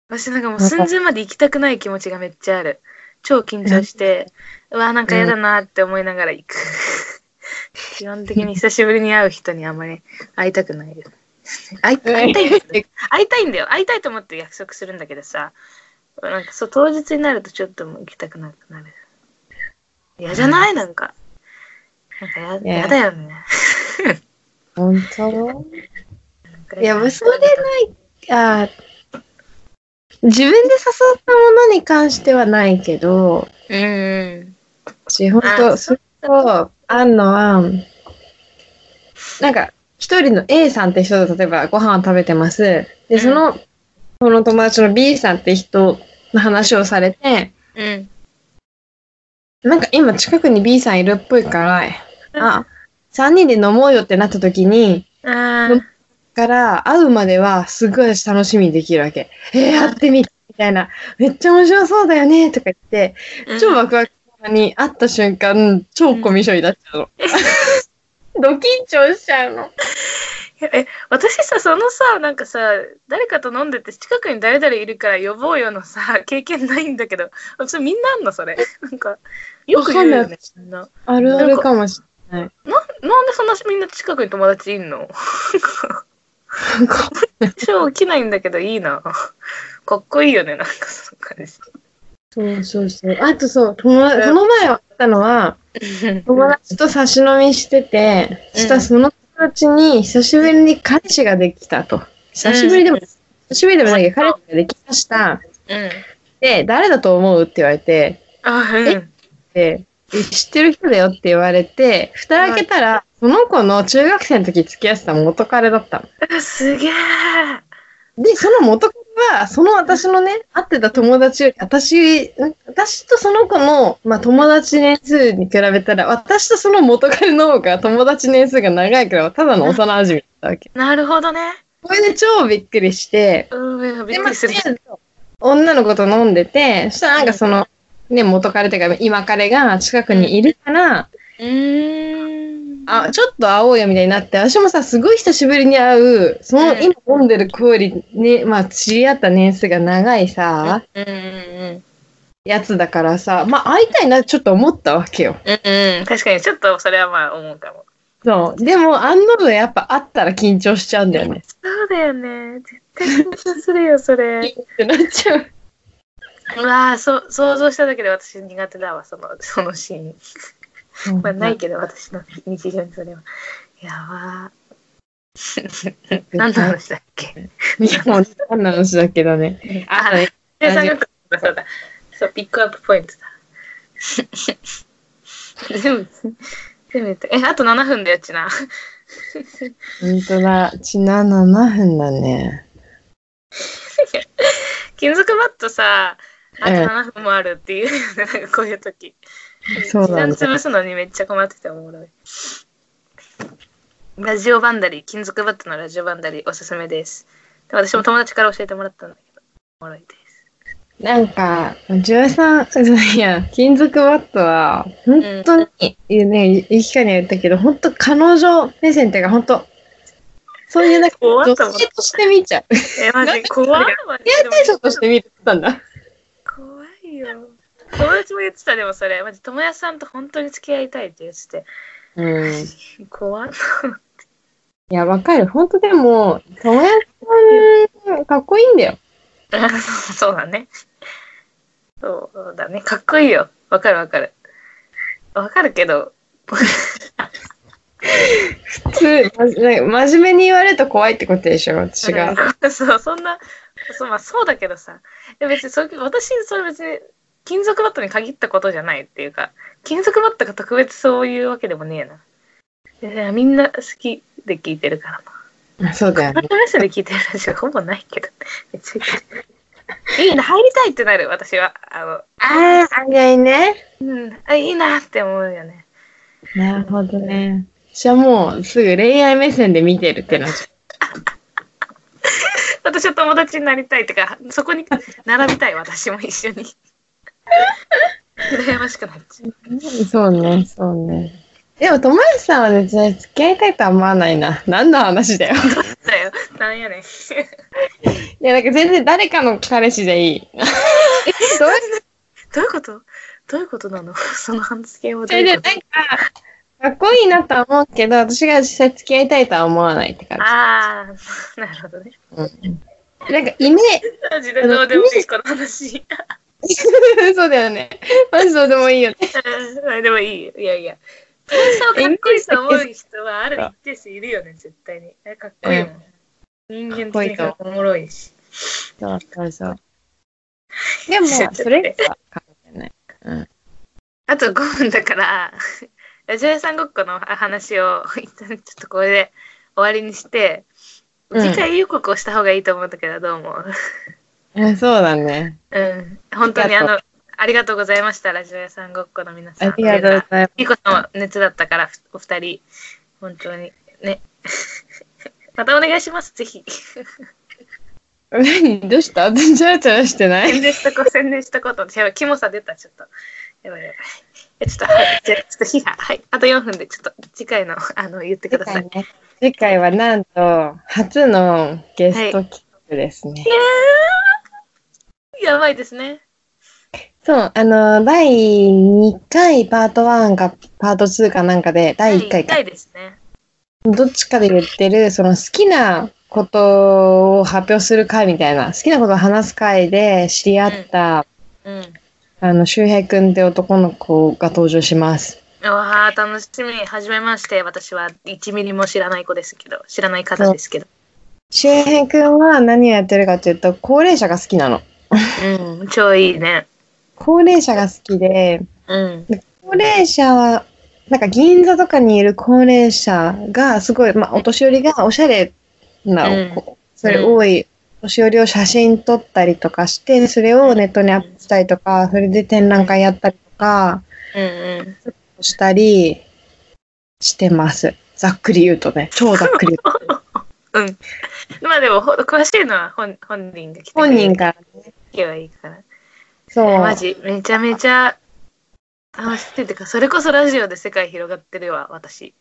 Speaker 2: 私なんかもう寸前まで行きたくない気持ちがめっちゃある。超緊張して、うわ、なんか嫌だなって思いながら行く。基本的に久しぶりに会う人にあんまり会いたくないよ。会い会いたいんだけど会いたいんだよ。会いたいと思って約束するんだけどさ、なんかそう当日になるとちょっともう行きたくなくなる。嫌じゃないなんか。なんかや,、
Speaker 1: ね
Speaker 2: やだよね。
Speaker 1: 本当いや、それない、あ自分で誘ったものに関してはないけど、
Speaker 2: うん
Speaker 1: し、本
Speaker 2: あ
Speaker 1: 当それと、あんのは、なんか、一人の A さんって人と、例えばご飯を食べてます。
Speaker 2: うん
Speaker 1: で、その、その友達の B さんって人の話をされて、
Speaker 2: うん。うん。
Speaker 1: なんか今近くに B さんいるっぽいから、あ、3人で飲もうよってなった時に、
Speaker 2: あ
Speaker 1: でもから会うまではすごい私楽しみにできるわけ。えー、会ってみたみたいな。めっちゃ面白そうだよねとか言って、
Speaker 2: ー
Speaker 1: 超ワクワクなのに会った瞬間、超コミュ障になっちゃうの。 ド緊張しちゃうの。
Speaker 2: え、私さ、そのさ、なんかさ、誰かと飲んでて近くに誰々いるから呼ぼうよのさ、経験ないんだけど、それみんなあんのそれ。なんか、よく言うよね。みんな
Speaker 1: あるあるかもし
Speaker 2: なんでそんなみんな近くに友達いんの
Speaker 1: れない。
Speaker 2: 超起きないんだけどいいな。 かっこいいよね、なんかその感じ。
Speaker 1: そうそうそう。あとそう、友達その前会ったのは、友達と差し飲みしてて、
Speaker 2: うん
Speaker 1: したその友達に久しぶりに彼氏ができたと。久しぶりでも、久しぶりでもないけど、彼氏ができました。
Speaker 2: うん。
Speaker 1: で、誰だと思うって言われて、
Speaker 2: あ、うん。
Speaker 1: で、え知ってる人だよって言われて、蓋開けたら、その子の中学生の時付き合ってた元彼だったの。
Speaker 2: あすげえ。
Speaker 1: で、その元彼は、その私のね、会ってた友達より、私、ん私とその子の、まあ、友達年数に比べたら、私とその元彼の方が友達年数が長いから、ただの幼馴染だったわけ。
Speaker 2: なるほどね。
Speaker 1: これで超びっくりして、
Speaker 2: うん、び
Speaker 1: で
Speaker 2: っ
Speaker 1: ま
Speaker 2: く
Speaker 1: あ
Speaker 2: りする。
Speaker 1: 女の子と飲んでて、そしたらなんかその、ね、元彼というか今彼が近くにいるから、
Speaker 2: うーん。
Speaker 1: あ、ちょっと会おうよみたいになって、私もさ、すごい久しぶりに会う、その
Speaker 2: うん
Speaker 1: 今飲んでる子より、ね、まあ知り合った年数が長いさ、
Speaker 2: うんうんうん。
Speaker 1: やつだからさ、まあ会いたいなってちょっと思ったわけよ。
Speaker 2: うんうん。確かに、ちょっとそれはまあ思うかも。
Speaker 1: そう。でも、案の定やっぱ会ったら緊張しちゃうんだ よね。
Speaker 2: そうだよね。絶対緊張するよ、そ
Speaker 1: ピ
Speaker 2: れ。
Speaker 1: ンってなっちゃう。
Speaker 2: うわあ、そう、想像しただけで私苦手だわ、その、そのシーン。まあ、ないけど、私の日常にそれは。やばー。何の話だっけ
Speaker 1: いや、もう、何の話だけどね。
Speaker 2: あ
Speaker 1: あ、
Speaker 2: で、さんがそうだ。そう、ピックアップポイントだ。全部、全部言った。え、あと7分だよ、ちな。
Speaker 1: 本当だ。ちな、7分だね。
Speaker 2: 金属バットさ、あと
Speaker 1: ええ
Speaker 2: 7分もあるっていうよね、なんかこういう時。
Speaker 1: そうなんだ
Speaker 2: 時間潰すのにめっちゃ困ってておもろい。ラジオバンダリー、金属バットのラジオバンダリーおすすめです。で私も友達から教えてもらったんだけど、おもろいです。
Speaker 1: なんか、13、いや、金属バットは、本当に、ね、ゆきかには言ったけど、本当彼女目線っていうか、本当そういう、なんか、
Speaker 2: 怖っ
Speaker 1: 女
Speaker 2: と思った
Speaker 1: 性として見ちゃう。恋
Speaker 2: え、マジ怖い。
Speaker 1: 愛対象として見てたんだ。
Speaker 2: 怖いよ。友達も言ってた、でもそれ。マジ、友達さんと本当に付き合いたいって言ってて。
Speaker 1: うん。
Speaker 2: 怖っ。
Speaker 1: いや、わかる。本当でも、友達さん、かっこいいんだよ。
Speaker 2: そうだね。そうだね。かっこいいよ。わかるわかる。わかるけど、
Speaker 1: 普通、まじなんか真面目に言われると怖いってことでしょ、私が。
Speaker 2: うん そう、そんな、そう、まあそうだけどさ。で別にそれ、私、それ別に、金属バットに限ったことじゃないっていうか、金属バットが特別そういうわけでもねえな。いやみんな好きで聞いてるからな。
Speaker 1: そうだよ
Speaker 2: 他
Speaker 1: ね。
Speaker 2: の人で聞いてるラジオほぼないけど、めっちゃいい。いいな、入りたいってなる、私は。あの、
Speaker 1: ああ、あれね。
Speaker 2: うん、あいいなって思うよね。
Speaker 1: なるほどね。私はもうすぐ恋愛目線で見てるってなっちゃ
Speaker 2: 私は友達になりたいってか、そこに並びたい、私も一緒に。羨ましくなっちゃう。
Speaker 1: う。そうね、そうね。でも、友達さんは別に付き合いたいとは思わないな。何の話だよ。
Speaker 2: だよ、なんやねん。
Speaker 1: いや、なんか全然誰かの彼氏でいい。そういう
Speaker 2: どういうことどういうことなのその反付を
Speaker 1: それで、なんか、かっこいいなとは思うけど、私が実際付き合いたいとは思わないって感
Speaker 2: ああ、なるほどね。
Speaker 1: じ。なんか、イメ
Speaker 2: 自分どうでもいいこの話。
Speaker 1: ー ジ、そうだよね。マジどうでもいいよね。
Speaker 2: うん でもいいよ。いやいや。そうかっこいいと思う人はある一定数いるよね、絶対に。かっこいいもん。人間的にもおもろいし。
Speaker 1: そうそうそう。でも、それがかもしれない。
Speaker 2: あと5分だから、 ラジオ屋さんごっこの話を一旦ちょっとこれで終わりにして、
Speaker 1: うん
Speaker 2: 次回予告をした方がいいと思うんだけど、どうも。
Speaker 1: えそうだね。
Speaker 2: うん、本当に
Speaker 1: ありが
Speaker 2: あ
Speaker 1: とう
Speaker 2: の、ありがとうございました、ラジオ屋さんごっこの皆さ
Speaker 1: あ
Speaker 2: ん。
Speaker 1: りがとうござい
Speaker 2: ゆうこさんは熱だったから、ふお二人、本当にね。 またお願いします、ぜひ。
Speaker 1: ます。 何どうしたチャラチャラしてない
Speaker 2: 宣伝しとこう、宣伝しとこうと思って。やばい、キモさ出た、ちょっと。やばいやばい。えちょっと、はい、じゃあちょっと、ヒハ、はい。あと4分で、ちょっと、次回の、あの、言ってく
Speaker 1: 次
Speaker 2: ださい
Speaker 1: 回。ね。次回はなんと、初のゲスト企画ですね。
Speaker 2: いやーやばいですね。
Speaker 1: そう、あの、第2回パート1かパート2かなんかで、第1回か。
Speaker 2: 第一ですね。
Speaker 1: どっちかで言ってる、その好きなことを発表する会みたいな、好きなことを話す会で知り合った、
Speaker 2: うん。
Speaker 1: あの、周平くんって男の子が登場します。
Speaker 2: うわあ、楽しみ。はじめまして。私は1ミリも知らない子ですけど、知らない方ですけど。
Speaker 1: 周平くんは何をやってるかというと、高齢者が好きなの。
Speaker 2: うん、超いいね。
Speaker 1: 高齢者が好きで、
Speaker 2: うん。
Speaker 1: 高齢者は、なんか銀座とかにいる高齢者がすごい、まあ、お年寄りがおしゃれな、
Speaker 2: うん
Speaker 1: こうそれ多い、お年寄りを写真撮ったりとかして、それをネットにアップしたりとか、それで展覧会やったりとか
Speaker 2: うんうん。
Speaker 1: したりしてます。ざっくり言うとね、超ざっくり言うと。
Speaker 2: うん。まあでも、ほ詳しいのは本本人が来て
Speaker 1: 本人からね。
Speaker 2: 聞けばいいから。
Speaker 1: そう。
Speaker 2: マジ、めちゃめちゃ楽しいっていうか、それこそラジオで世界広がってるわ、私。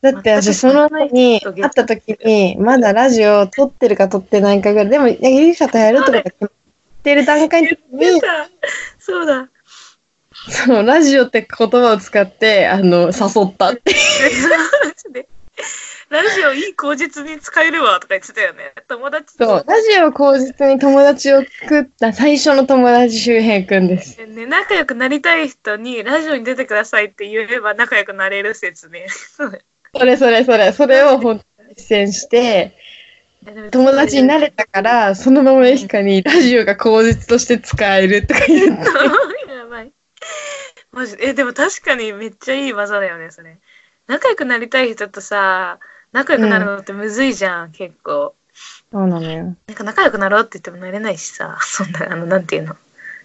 Speaker 1: だって私その前に
Speaker 2: 全く知らない人
Speaker 1: 会った時にまだラジオ撮ってるか撮ってないかぐらいでもギリシャとやるとか決まってる段階に
Speaker 2: だそうだ。
Speaker 1: そのラジオって言葉を使ってあの誘ったって
Speaker 2: でラジオいい口実に使えるわとか言ってたよね。友達
Speaker 1: そう
Speaker 2: と、
Speaker 1: ラジオを口実に友達を作った最初の友達周平くんです
Speaker 2: ね、仲良くなりたい人にラジオに出てくださいって言えば仲良くなれる説ね。
Speaker 1: それそれそれそれを本当に実践して友達になれたからそのままエヒカにラジオが口実として使えるとか言って
Speaker 2: の やばい。マジでえ、でも確かにめっちゃいい技だよね、それ。仲良くなりたい人とさ、仲良くなるのってむずいじゃん、結構。
Speaker 1: そうなのよ
Speaker 2: なんか仲良くなろうって言ってもなれないしさ、そんな、あの、なんていうの。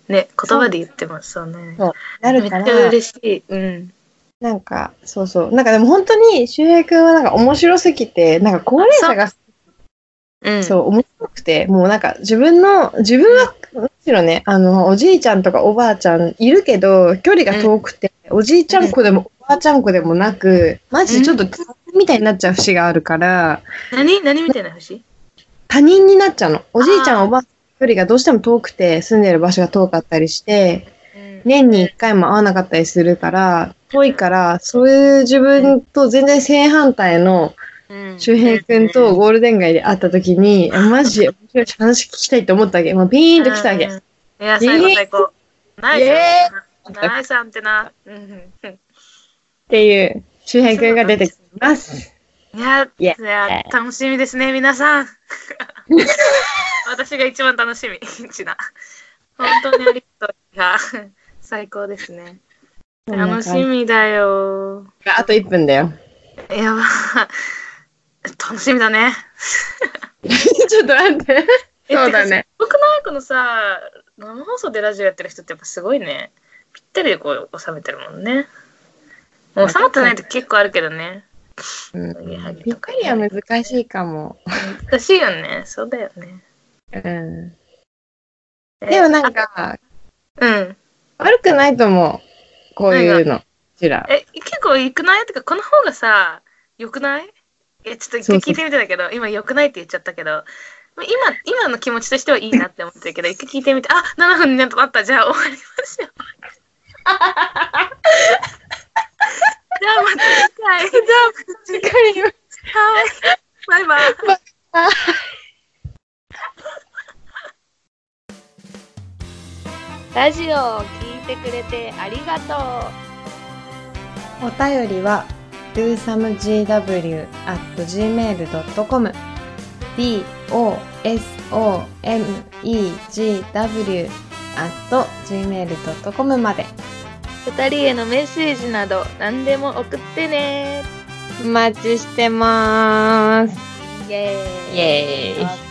Speaker 2: ね、言葉で言ってもそうね。
Speaker 1: そうなる
Speaker 2: めっち
Speaker 1: から
Speaker 2: ゃ嬉しい。うん。
Speaker 1: なんか、そうそう。なんかでも本当に、周平くんはなんか面白すぎて、なんか高齢者が、
Speaker 2: うん。
Speaker 1: そう、面白くて、もうなんか自分の、自分は、むしろね、あの、おじいちゃんとかおばあちゃんいるけど、距離が遠くて、おじいちゃん子でもおばあちゃん子でもなく、マジでちょっと他人みたいになっちゃう節があるから、
Speaker 2: 何何みたいな節
Speaker 1: 他人になっちゃうの。おじいちゃ
Speaker 2: あ
Speaker 1: ん
Speaker 2: ー
Speaker 1: おばあちゃんの距離がどうしても遠くて、住んでる場所が遠かったりして、年に1回も会わなかったりするから、遠いから、そういう自分と全然正反対の周平くんとゴ ールデン街で会った時に、マジで面白い話聞きたいと思ったわけ。もうピーンと来たわけ。
Speaker 2: うんいや、最後最高。ナイス
Speaker 1: イエ
Speaker 2: アンテナ。ナイスアンテナ。うんうん
Speaker 1: ていう周平君が出てきます。
Speaker 2: いや、い
Speaker 1: イエ
Speaker 2: や楽しみですね、皆さん。私が一番楽しみ、ちな。本当にありがとう。いや、最高ですね。楽しみだよ。
Speaker 1: あと1分だよ。
Speaker 2: やば。楽しみだね。
Speaker 1: ちょっと待って。そうだね。
Speaker 2: 僕の愛子のさ、生放送でラジオやってる人ってやっぱすごいね。ぴったりでこう収めてるもんね。もう収まってないと結構あるけど
Speaker 1: う
Speaker 2: ね。
Speaker 1: んぴったりは難しいかも。
Speaker 2: 難しいよね。そうだよね。
Speaker 1: うん。でもなんか、
Speaker 2: うん。
Speaker 1: 悪くないと思う。こういうの。こちら。
Speaker 2: え、結構いくないとか、この方がさ、良くないえ、ちょっと一回聞いてみてたけど、今良くないって言っちゃったけど、今、今の気持ちとしてはいいなって思ってるけど、一回聞いてみて、あ、7分になった、じゃあ終わりましょう。 じゃあまた次回。
Speaker 1: しっかり
Speaker 2: はい。バイバイ。
Speaker 4: ラジオを聞いてくれてありがとう
Speaker 1: お便りは dosamegw.gmail.com dosomegw.gmail.com まで
Speaker 4: 二人へのメッセージなど何でも送ってね
Speaker 1: お待ちしてます。
Speaker 4: イエーイ
Speaker 1: イエーイ。